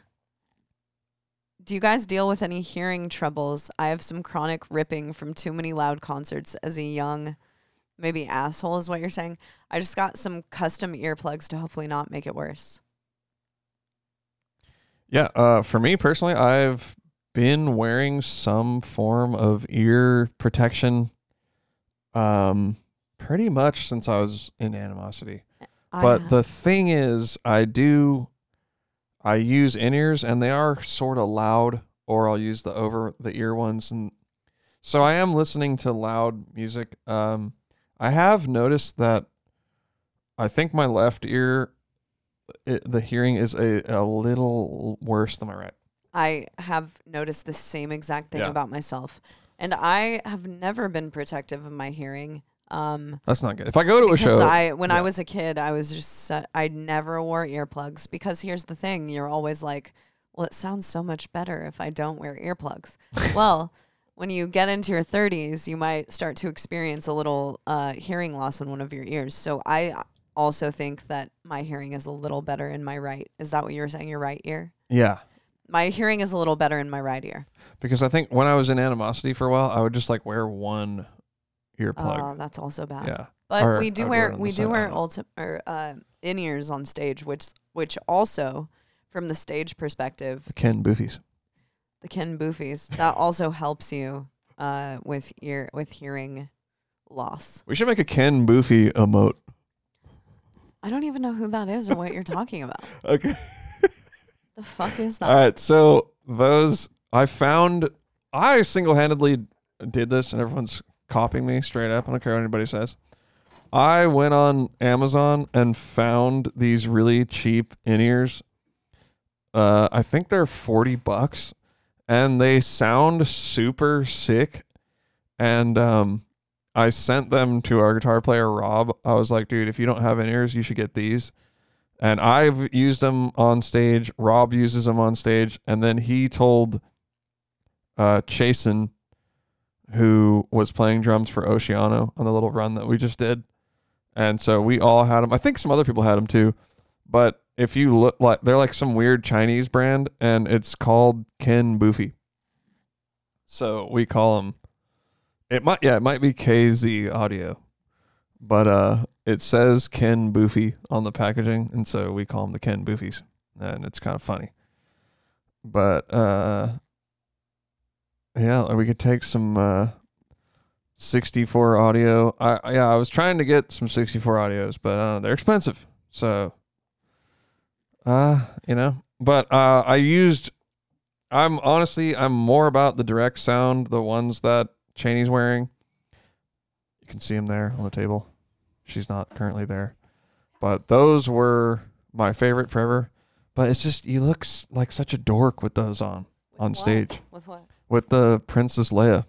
Speaker 2: Do you guys deal with any hearing troubles? I have some chronic ripping from too many loud concerts as a young, maybe asshole is what you're saying. I just got some custom earplugs to hopefully not make it worse.
Speaker 1: Yeah, uh, for me personally, I've been wearing some form of ear protection um, pretty much since I was in Animosity.
Speaker 2: I
Speaker 1: But
Speaker 2: have-
Speaker 1: the thing is, I do, I use in ears and they are sort of loud, or I'll use the over the ear ones. And so I am listening to loud music. Um, I have noticed that I think my left ear, it, the hearing is a, a little worse than my right.
Speaker 2: I have noticed the same exact thing
Speaker 1: Yeah.
Speaker 2: about myself. And I have never been protective of my hearing. Um,
Speaker 1: That's not good. If I go to a
Speaker 2: because
Speaker 1: show,
Speaker 2: I, when I
Speaker 1: yeah.
Speaker 2: was a kid, I was just, su- I never wore earplugs because here's the thing you're always like, well, it sounds so much better if I don't wear earplugs.
Speaker 1: [LAUGHS]
Speaker 2: well, when you get into your 30s, you might start to experience a little uh, hearing loss in one of your ears. So I also think that my hearing is a little better in my right. Is that what you were saying? Your right ear?
Speaker 1: yeah,
Speaker 2: My hearing is a little better in my right ear.
Speaker 1: because I think when I was in Animosity for a while, I would just like wear one
Speaker 2: Oh,
Speaker 1: earplug.
Speaker 2: that's also bad.
Speaker 1: yeah.
Speaker 2: But
Speaker 1: Or
Speaker 2: we
Speaker 1: I
Speaker 2: do
Speaker 1: would wear it
Speaker 2: wear
Speaker 1: on
Speaker 2: we
Speaker 1: the
Speaker 2: do
Speaker 1: side, I
Speaker 2: wear
Speaker 1: don't know.
Speaker 2: ulti- or uh, in ears on stage, which which also from the stage perspective,
Speaker 1: The Ken Boofies.
Speaker 2: the Ken Boofies
Speaker 1: [LAUGHS]
Speaker 2: that also helps you uh, with ear with hearing loss.
Speaker 1: We should make a Ken Boofy emote.
Speaker 2: I don't even know who that is or what you're talking about.
Speaker 1: Okay.
Speaker 2: The fuck is that?
Speaker 1: All right. So those I found I single handedly did this and everyone's copying me straight up. I don't care what anybody says. I went on Amazon and found these really cheap in ears. Uh, I think they're 40 bucks and they sound super sick. And um, I sent them to our guitar player, Rob. I was like, dude, if you don't have in ears, you should get these. and I've used them on stage. Rob uses them on stage, and then he told uh, Chasen, who was playing drums for Oceano on the little run that we just did, and so we all had them. I think some other people had them too, but if you look like they're like some weird Chinese brand, and it's called Ken Boofy. So we call them. It might yeah, it might be KZ Audio, but uh, it says Ken Boofy on the packaging, and so we call them the Ken Boofies, and it's kind of funny. But uh, yeah, we could take some uh, 64 audio. I I- yeah, I was trying to get some 64 audios, but uh, they're expensive, so uh, you know. But uh, I used. I'm honestly, I'm more about the direct sound, the ones that Cheney's wearing. You can see him there on the table. She's not currently there. But those were my favorite forever. But it's just you look s- like such a dork with those on
Speaker 2: With
Speaker 1: on
Speaker 2: what?
Speaker 1: stage
Speaker 2: With what?
Speaker 1: with the Princess Leia.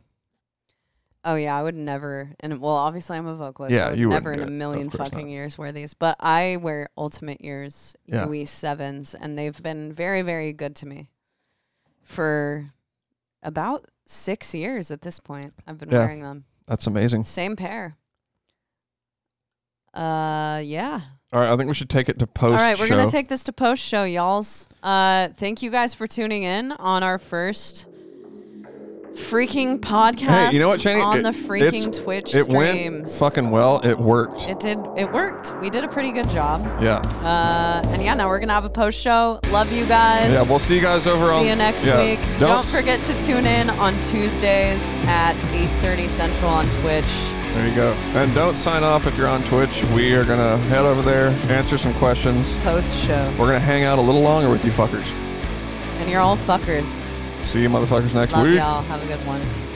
Speaker 2: Oh yeah, I would never. And well, obviously I'm a vocalist.
Speaker 1: Yeah,
Speaker 2: I would
Speaker 1: you wouldn't
Speaker 2: never in
Speaker 1: do
Speaker 2: a
Speaker 1: it. Of
Speaker 2: million
Speaker 1: course
Speaker 2: fucking
Speaker 1: not.
Speaker 2: years wear these. But I wear Ultimate Ears
Speaker 1: Yeah.
Speaker 2: UE sevens, and they've been very, very good to me for about six years at this point. I've been
Speaker 1: Yeah.
Speaker 2: wearing them.
Speaker 1: That's amazing.
Speaker 2: Same pair. Uh, yeah.
Speaker 1: All right, I think we should take it to post.
Speaker 2: All right, we're gonna
Speaker 1: show.
Speaker 2: take this to post show, y'all's. Uh, thank you guys for tuning in on our first freaking podcast.
Speaker 1: you know what, Shani?
Speaker 2: On
Speaker 1: It-
Speaker 2: the freaking
Speaker 1: it's-
Speaker 2: Twitch
Speaker 1: It went
Speaker 2: streams,
Speaker 1: fucking well. It worked.
Speaker 2: It did. It worked. We did a pretty good job.
Speaker 1: yeah,
Speaker 2: Uh, and yeah, now we're gonna have a post show. Love you guys.
Speaker 1: yeah. We'll see you guys over on.
Speaker 2: See you next
Speaker 1: yeah.
Speaker 2: week. Don't,
Speaker 1: s-
Speaker 2: forget to tune in on Tuesdays at 8:30 Central on Twitch.
Speaker 1: There you go. And don't sign off if you're on Twitch. We are gonna head over there, answer some questions.
Speaker 2: Post show,
Speaker 1: We're gonna hang out a little longer with you fuckers.
Speaker 2: and you're all fuckers.
Speaker 1: See you motherfuckers next
Speaker 2: Love
Speaker 1: week.
Speaker 2: y'all. Have a good one.